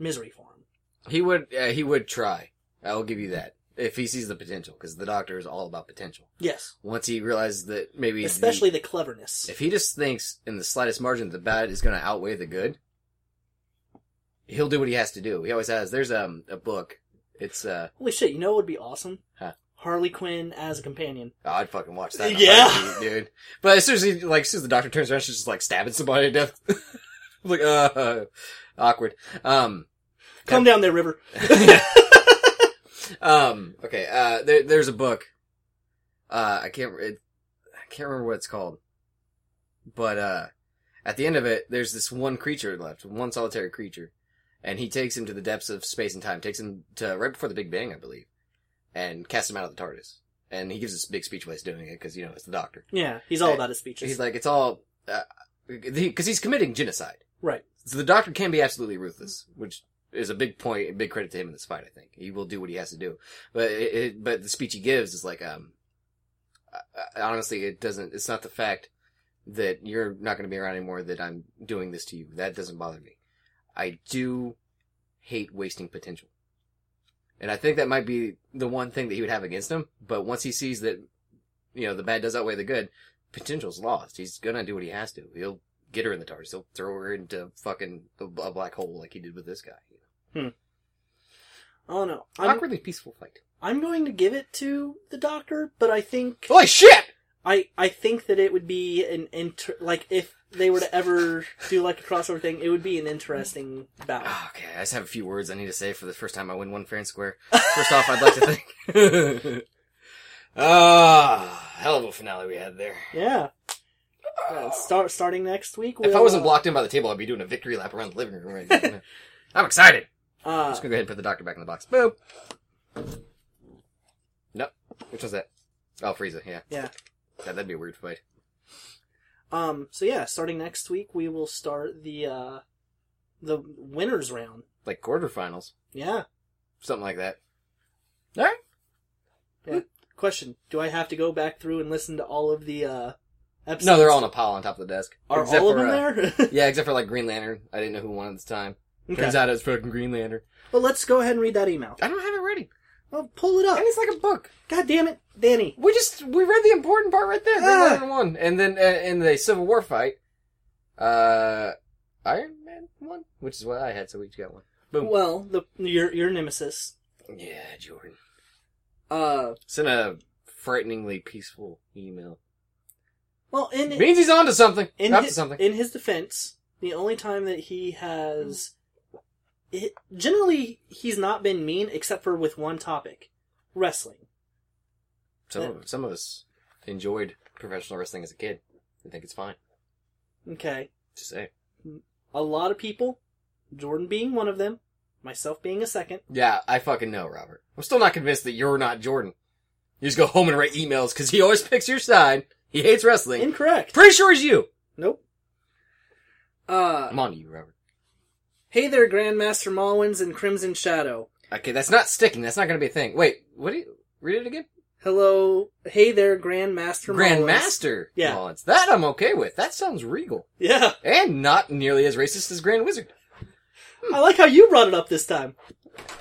S1: misery for him.
S2: He would. Uh, he would try. I will give you that if he sees the potential, because the doctor is all about potential.
S1: Yes.
S2: once he realizes that maybe the-
S1: especially the cleverness.
S2: if he just thinks in the slightest margin that the bad is going to outweigh the good, he'll do what he has to do. He always has. There's um a book. It's uh
S1: Holy shit! You know what would be awesome?
S2: Huh.
S1: Harley Quinn as a companion.
S2: oh, I'd fucking watch that. in a
S1: Yeah.
S2: heartbeat, dude. But as soon as he like as soon as the doctor turns around, she's just like stabbing somebody to death. <laughs> I'm like uh awkward. Um
S1: Come down there, River.
S2: <laughs> um okay uh there, there's a book uh i can't it, i can't remember what it's called but uh At the end of it, there's this one creature left, one solitary creature, and he takes him to the depths of space and time. Takes him to right before the Big Bang, I believe, and casts him out of the TARDIS. And he gives this big speech while he's doing it because you know it's the Doctor.
S1: Yeah, he's all
S2: Hey,
S1: about his speeches.
S2: He's like, it's all because he's committing genocide.
S1: right.
S2: So the Doctor can be absolutely ruthless, which is a big point, a big credit to him in this fight. I think he will do what he has to do. But it, it, but the speech he gives is like, um, I- I- honestly, it doesn't. It's not the fact that you're not going to be around anymore that I'm doing this to you. That doesn't bother me. I do hate wasting potential, and I think that might be the one thing that he would have against him. But once he sees that, you know, the bad does outweigh the good, potential's lost. He's gonna do what he has to. He'll get her in the TARDIS. He'll throw her into fucking a a black hole like he did with this guy.
S1: Oh no, I'm
S2: Awkwardly peaceful fight.
S1: I'm going to give it to the Doctor, but I think
S2: Holy shit!
S1: I I think that it would be an inter like if they were to ever do like a crossover thing, it would be an interesting battle.
S2: Ah, okay, I just have a few words I need to say for the first time I win one fair and square. First off, I'd like to thank. <laughs> Ah, hell of a finale we had there.
S1: Yeah. Yeah, start starting next week.
S2: If I
S1: we'll,
S2: wasn't
S1: uh,
S2: blocked in by the table, I'd be doing a victory lap around the living room right now. <laughs> I'm excited. I'm
S1: uh,
S2: just gonna go ahead and put the doctor back in the box. Boop. Nope. Which was that? Oh, Frieza. Yeah.
S1: Yeah.
S2: That, that'd be a weird fight.
S1: um. So yeah, starting next week, we will start the uh, the winners round.
S2: Like quarterfinals,
S1: Yeah.
S2: something like that. All right.
S1: Question: Do I have to go back through and listen to all of the uh, episodes?
S2: No, they're all in a pile on top of the desk.
S1: Are
S2: Except
S1: all of
S2: for,
S1: them
S2: uh,
S1: there? <laughs>
S2: Yeah, except for like Green Lantern. I didn't know who won at the time.
S1: okay.
S2: Turns out it was fucking Green Lantern.
S1: Well, let's go ahead and read that email.
S2: I don't have it ready.
S1: Well, pull it up.
S2: And it's like a book.
S1: God damn it, Danny.
S2: We just we read the important part right there. Green
S1: Ah.
S2: Lantern won, and then uh, in the Civil War fight, uh, Iron Man won, which is what I had. So we each got one. Boom.
S1: Well, the your your nemesis.
S2: Yeah, Jordan.
S1: Uh,
S2: Sent a frighteningly peaceful email.
S1: well, in
S2: Means he's onto something.
S1: in
S2: Up
S1: hi-
S2: to something.
S1: in his defense, the only time that he has, it, generally he's not been mean except for with one topic, wrestling.
S2: some, of, some of us enjoyed professional wrestling as a kid. I think it's fine.
S1: Okay,
S2: Just say.
S1: a lot of people, Jordan being one of them, myself being a second.
S2: Yeah, I fucking know, Robert. I'm still not convinced that you're not Jordan. You just go home and write emails because he always picks your side. He hates wrestling.
S1: Incorrect.
S2: Pretty sure he's you.
S1: Nope. Uh,
S2: I'm on to you, Robert.
S1: hey there, Grandmaster Mullins and Crimson Shadow.
S2: Okay, that's not sticking. That's not going to be a thing. Wait, what do you read it again?
S1: Hello, hey there, Grandmaster. Mullins.
S2: Grandmaster.
S1: Yeah.
S2: Mullins. That I'm okay with. That sounds regal
S1: Yeah.
S2: and not nearly as racist as Grand Wizard.
S1: I like how you brought it up this time.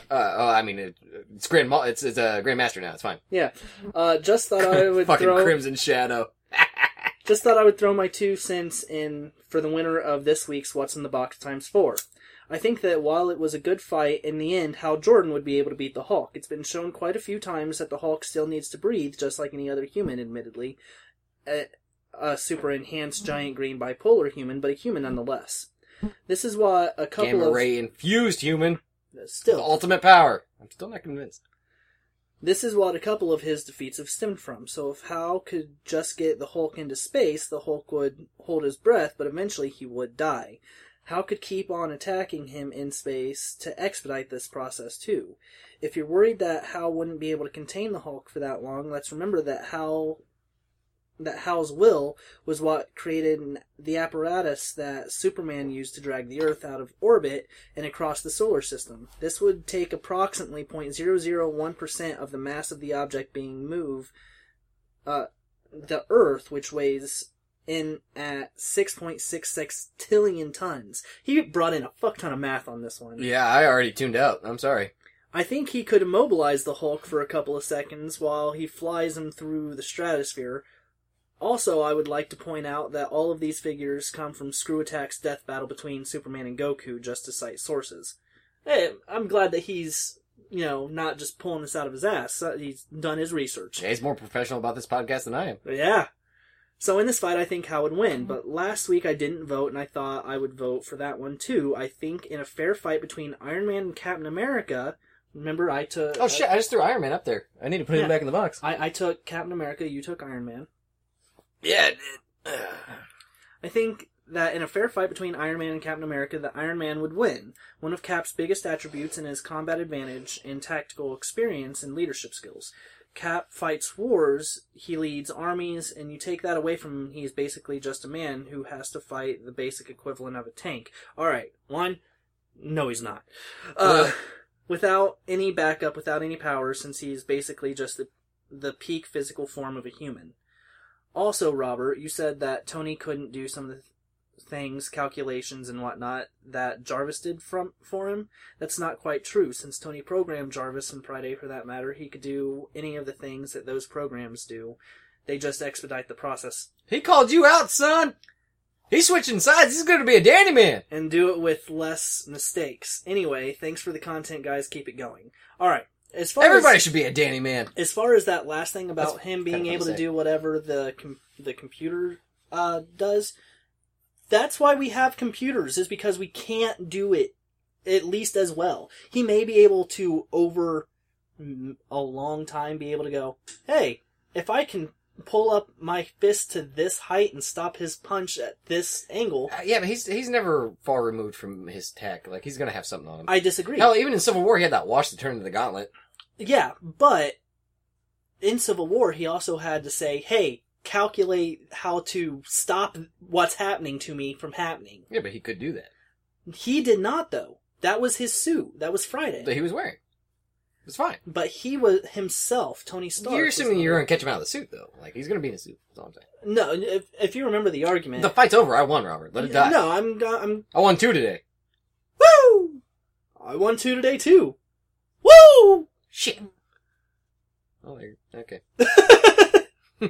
S2: Uh, oh, I mean, it, it's Grand. Mo- It's it's uh, Grandmaster now. It's fine.
S1: Yeah. Uh, just thought
S2: <laughs>
S1: I would
S2: Fucking
S1: throw
S2: Crimson Shadow.
S1: just thought I would throw my two cents in for the winner of this week's What's in the Box times four. I think that while it was a good fight, in the end, how Jordan would be able to beat the Hulk. It's been shown quite a few times that the Hulk still needs to breathe, just like any other human, admittedly. A, a super enhanced giant green bipolar human, but a human nonetheless. This is why a couple
S2: Gamma
S1: of
S2: ray infused human. The
S1: still
S2: ultimate power. I'm still not convinced.
S1: This is what a couple of his defeats have stemmed from. So if Hal could just get the Hulk into space, the Hulk would hold his breath, but eventually he would die. Hal could keep on attacking him in space to expedite this process too. If you're worried that Hal wouldn't be able to contain the Hulk for that long, let's remember that Hal that Hal's will was what created an- the apparatus that Superman used to drag the Earth out of orbit and across the solar system. This would take approximately 0.001% of the mass of the object being moved, uh, the Earth, which weighs in at 6.66 tillion tons. He brought in a fuck ton of math on this one.
S2: Yeah, I already tuned out. I'm sorry.
S1: I think he could immobilize the Hulk for a couple of seconds while he flies him through the stratosphere. Also, I would like to point out that all of these figures come from Screw Attack's death battle between Superman and Goku, just to cite sources. Hey, I'm glad that he's, you know, not just pulling this out of his ass. Uh, He's done his research.
S2: Jay's more professional about this podcast than I am.
S1: Yeah. So in this fight, I think Hal would win, but last week I didn't vote, and I thought I would vote for that one too. I think in a fair fight between Iron Man and Captain America, remember I took
S2: Oh shit! I just threw Iron Man up there. I need to put
S1: Yeah.
S2: him back in the box.
S1: I, I took Captain America, you took Iron Man.
S2: Yeah.
S1: I think that in a fair fight between Iron Man and Captain America, that Iron Man would win. One of Cap's biggest attributes in his combat advantage in tactical experience and leadership skills. Cap fights wars, he leads armies, and you take that away from him, he's basically just a man who has to fight the basic equivalent of a tank. Alright, one, no he's not. Uh, without any backup, without any power, since he's basically just the, the peak physical form of a human. Also, Robert, you said that Tony couldn't do some of the th- things, calculations, and whatnot that Jarvis did from for him. That's not quite true, since Tony programmed Jarvis and Friday, for that matter. He could do any of the things that those programs do. They just expedite the process
S2: <sighs> He called you out, son. He's switching sides. He's going to be a dandy man.
S1: and do it with less mistakes. Anyway, thanks for the content, guys. Keep it going. All right. As far
S2: Everybody
S1: as
S2: should be a dandy man.
S1: as far as that last thing about
S2: That's
S1: him
S2: kinda
S1: being
S2: fun
S1: able
S2: to
S1: to,
S2: say.
S1: do whatever the com- the computer uh, does, that's why we have computers is because we can't do it at least as well. He may be able to over mm, a long time be able to go, hey, if I can pull up my fist to this height and stop his punch at this angle,
S2: Uh, yeah, but he's he's never far removed from his tech. Like he's going to have something on him.
S1: I disagree.
S2: Hell, even in Civil War, he had that watch to turn into the gauntlet.
S1: Yeah, but in Civil War, he also had to say, hey, calculate how to stop what's happening to me from happening.
S2: Yeah, but he could do that.
S1: He did not, though. That was his suit. That was Friday.
S2: That he was wearing. It's fine.
S1: but he was himself, Tony Stark.
S2: you're
S1: was
S2: assuming
S1: not-
S2: you're going to catch him out of the suit, though. Like he's going to be in a suit. That's all I'm saying.
S1: No, if, if you remember the argument.
S2: The fight's over. I won, Robert. Let it die.
S1: No, I'm. go- I'm.
S2: I won two today.
S1: Woo! I won two today, too. Woo!
S2: Shit.
S1: Mm.
S2: Oh, there.
S1: <laughs>
S2: Okay. <laughs> All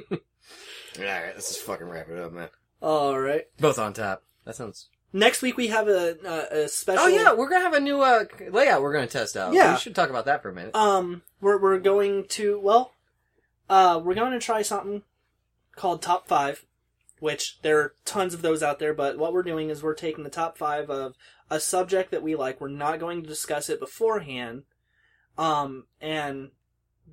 S2: right, let's just fucking wrap it up, man.
S1: Alright.
S2: Both on top. That sounds.
S1: Next week we have a, a, a special.
S2: Oh yeah, we're gonna have a new uh, layout. We're gonna test out.
S1: Yeah.
S2: we should talk about that for a minute.
S1: Um, we're we're going to well, uh, we're going to try something called top five, which there are tons of those out there. But what we're doing is we're taking the top five of a subject that we like. We're not going to discuss it beforehand. Um, and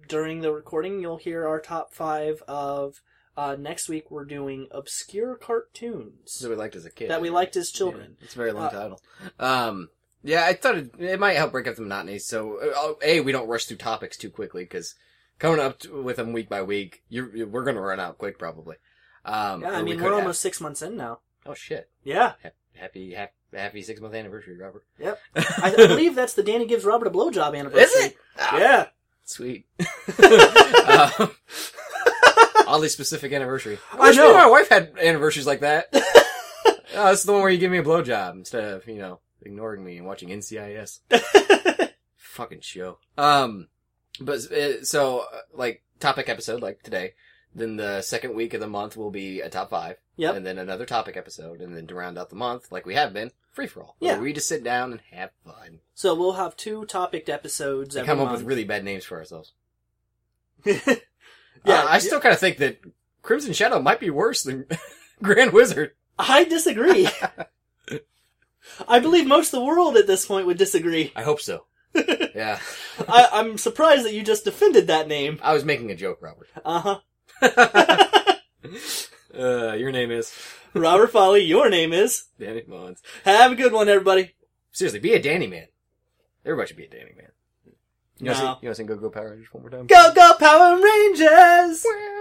S1: during the recording, you'll hear our top five of. Uh, next week we're doing obscure cartoons
S2: that we liked as a kid.
S1: that we liked as children.
S2: Yeah, it's a very long
S1: Uh,
S2: title. Um, yeah, I thought it, it might help break up the monotony. So, uh, oh, a we don't rush through topics too quickly because coming up t with them week by week, you're, you we're gonna run out quick probably. Um,
S1: Yeah,
S2: or
S1: I
S2: we
S1: mean
S2: could
S1: we're
S2: have-
S1: almost six months in now.
S2: Oh shit!
S1: Yeah,
S2: Ha- Happy happy, happy six month anniversary, Robert. <laughs>
S1: Yep. I, I believe that's the Danny gives Robert a blowjob anniversary.
S2: Is it? Ah,
S1: Yeah.
S2: <laughs> Sweet. um, <laughs> oddly specific anniversary.
S1: I
S2: wish me and
S1: know.
S2: My wife had anniversaries like that. oh, that's the one where you give me a blowjob instead of you know ignoring me and watching NCIS. Fucking show. Um, but uh, so uh, like topic episode like today. Then the second week of the month will be a top five.
S1: Yep.
S2: And then another topic episode, and then to round out the month, like we have been, free for all.
S1: Yeah.
S2: Where we just sit down and have fun.
S1: so we'll have two topicked episodes.
S2: And
S1: Every
S2: come up
S1: month.
S2: with really bad names for ourselves.
S1: <laughs> yeah,
S2: Uh, I still kind of think that Crimson Shadow might be worse than <laughs> Grand Wizard.
S1: I
S2: <laughs>
S1: disagree. I believe most of the world at this point would disagree.
S2: I hope <laughs> so. yeah.
S1: I, I'm surprised that you just defended that name.
S2: I was making a joke, Robert. <laughs>
S1: Uh huh.
S2: Uh, your name is
S1: Robert Folly, your name is.
S2: Danny Mullins.
S1: Have a good one, everybody.
S2: Seriously, be a Danny man. Everybody should be a Danny man. You
S1: No.
S2: want to sing Go Go Power Rangers one more time?
S1: Go, go, Power Rangers!
S2: Go!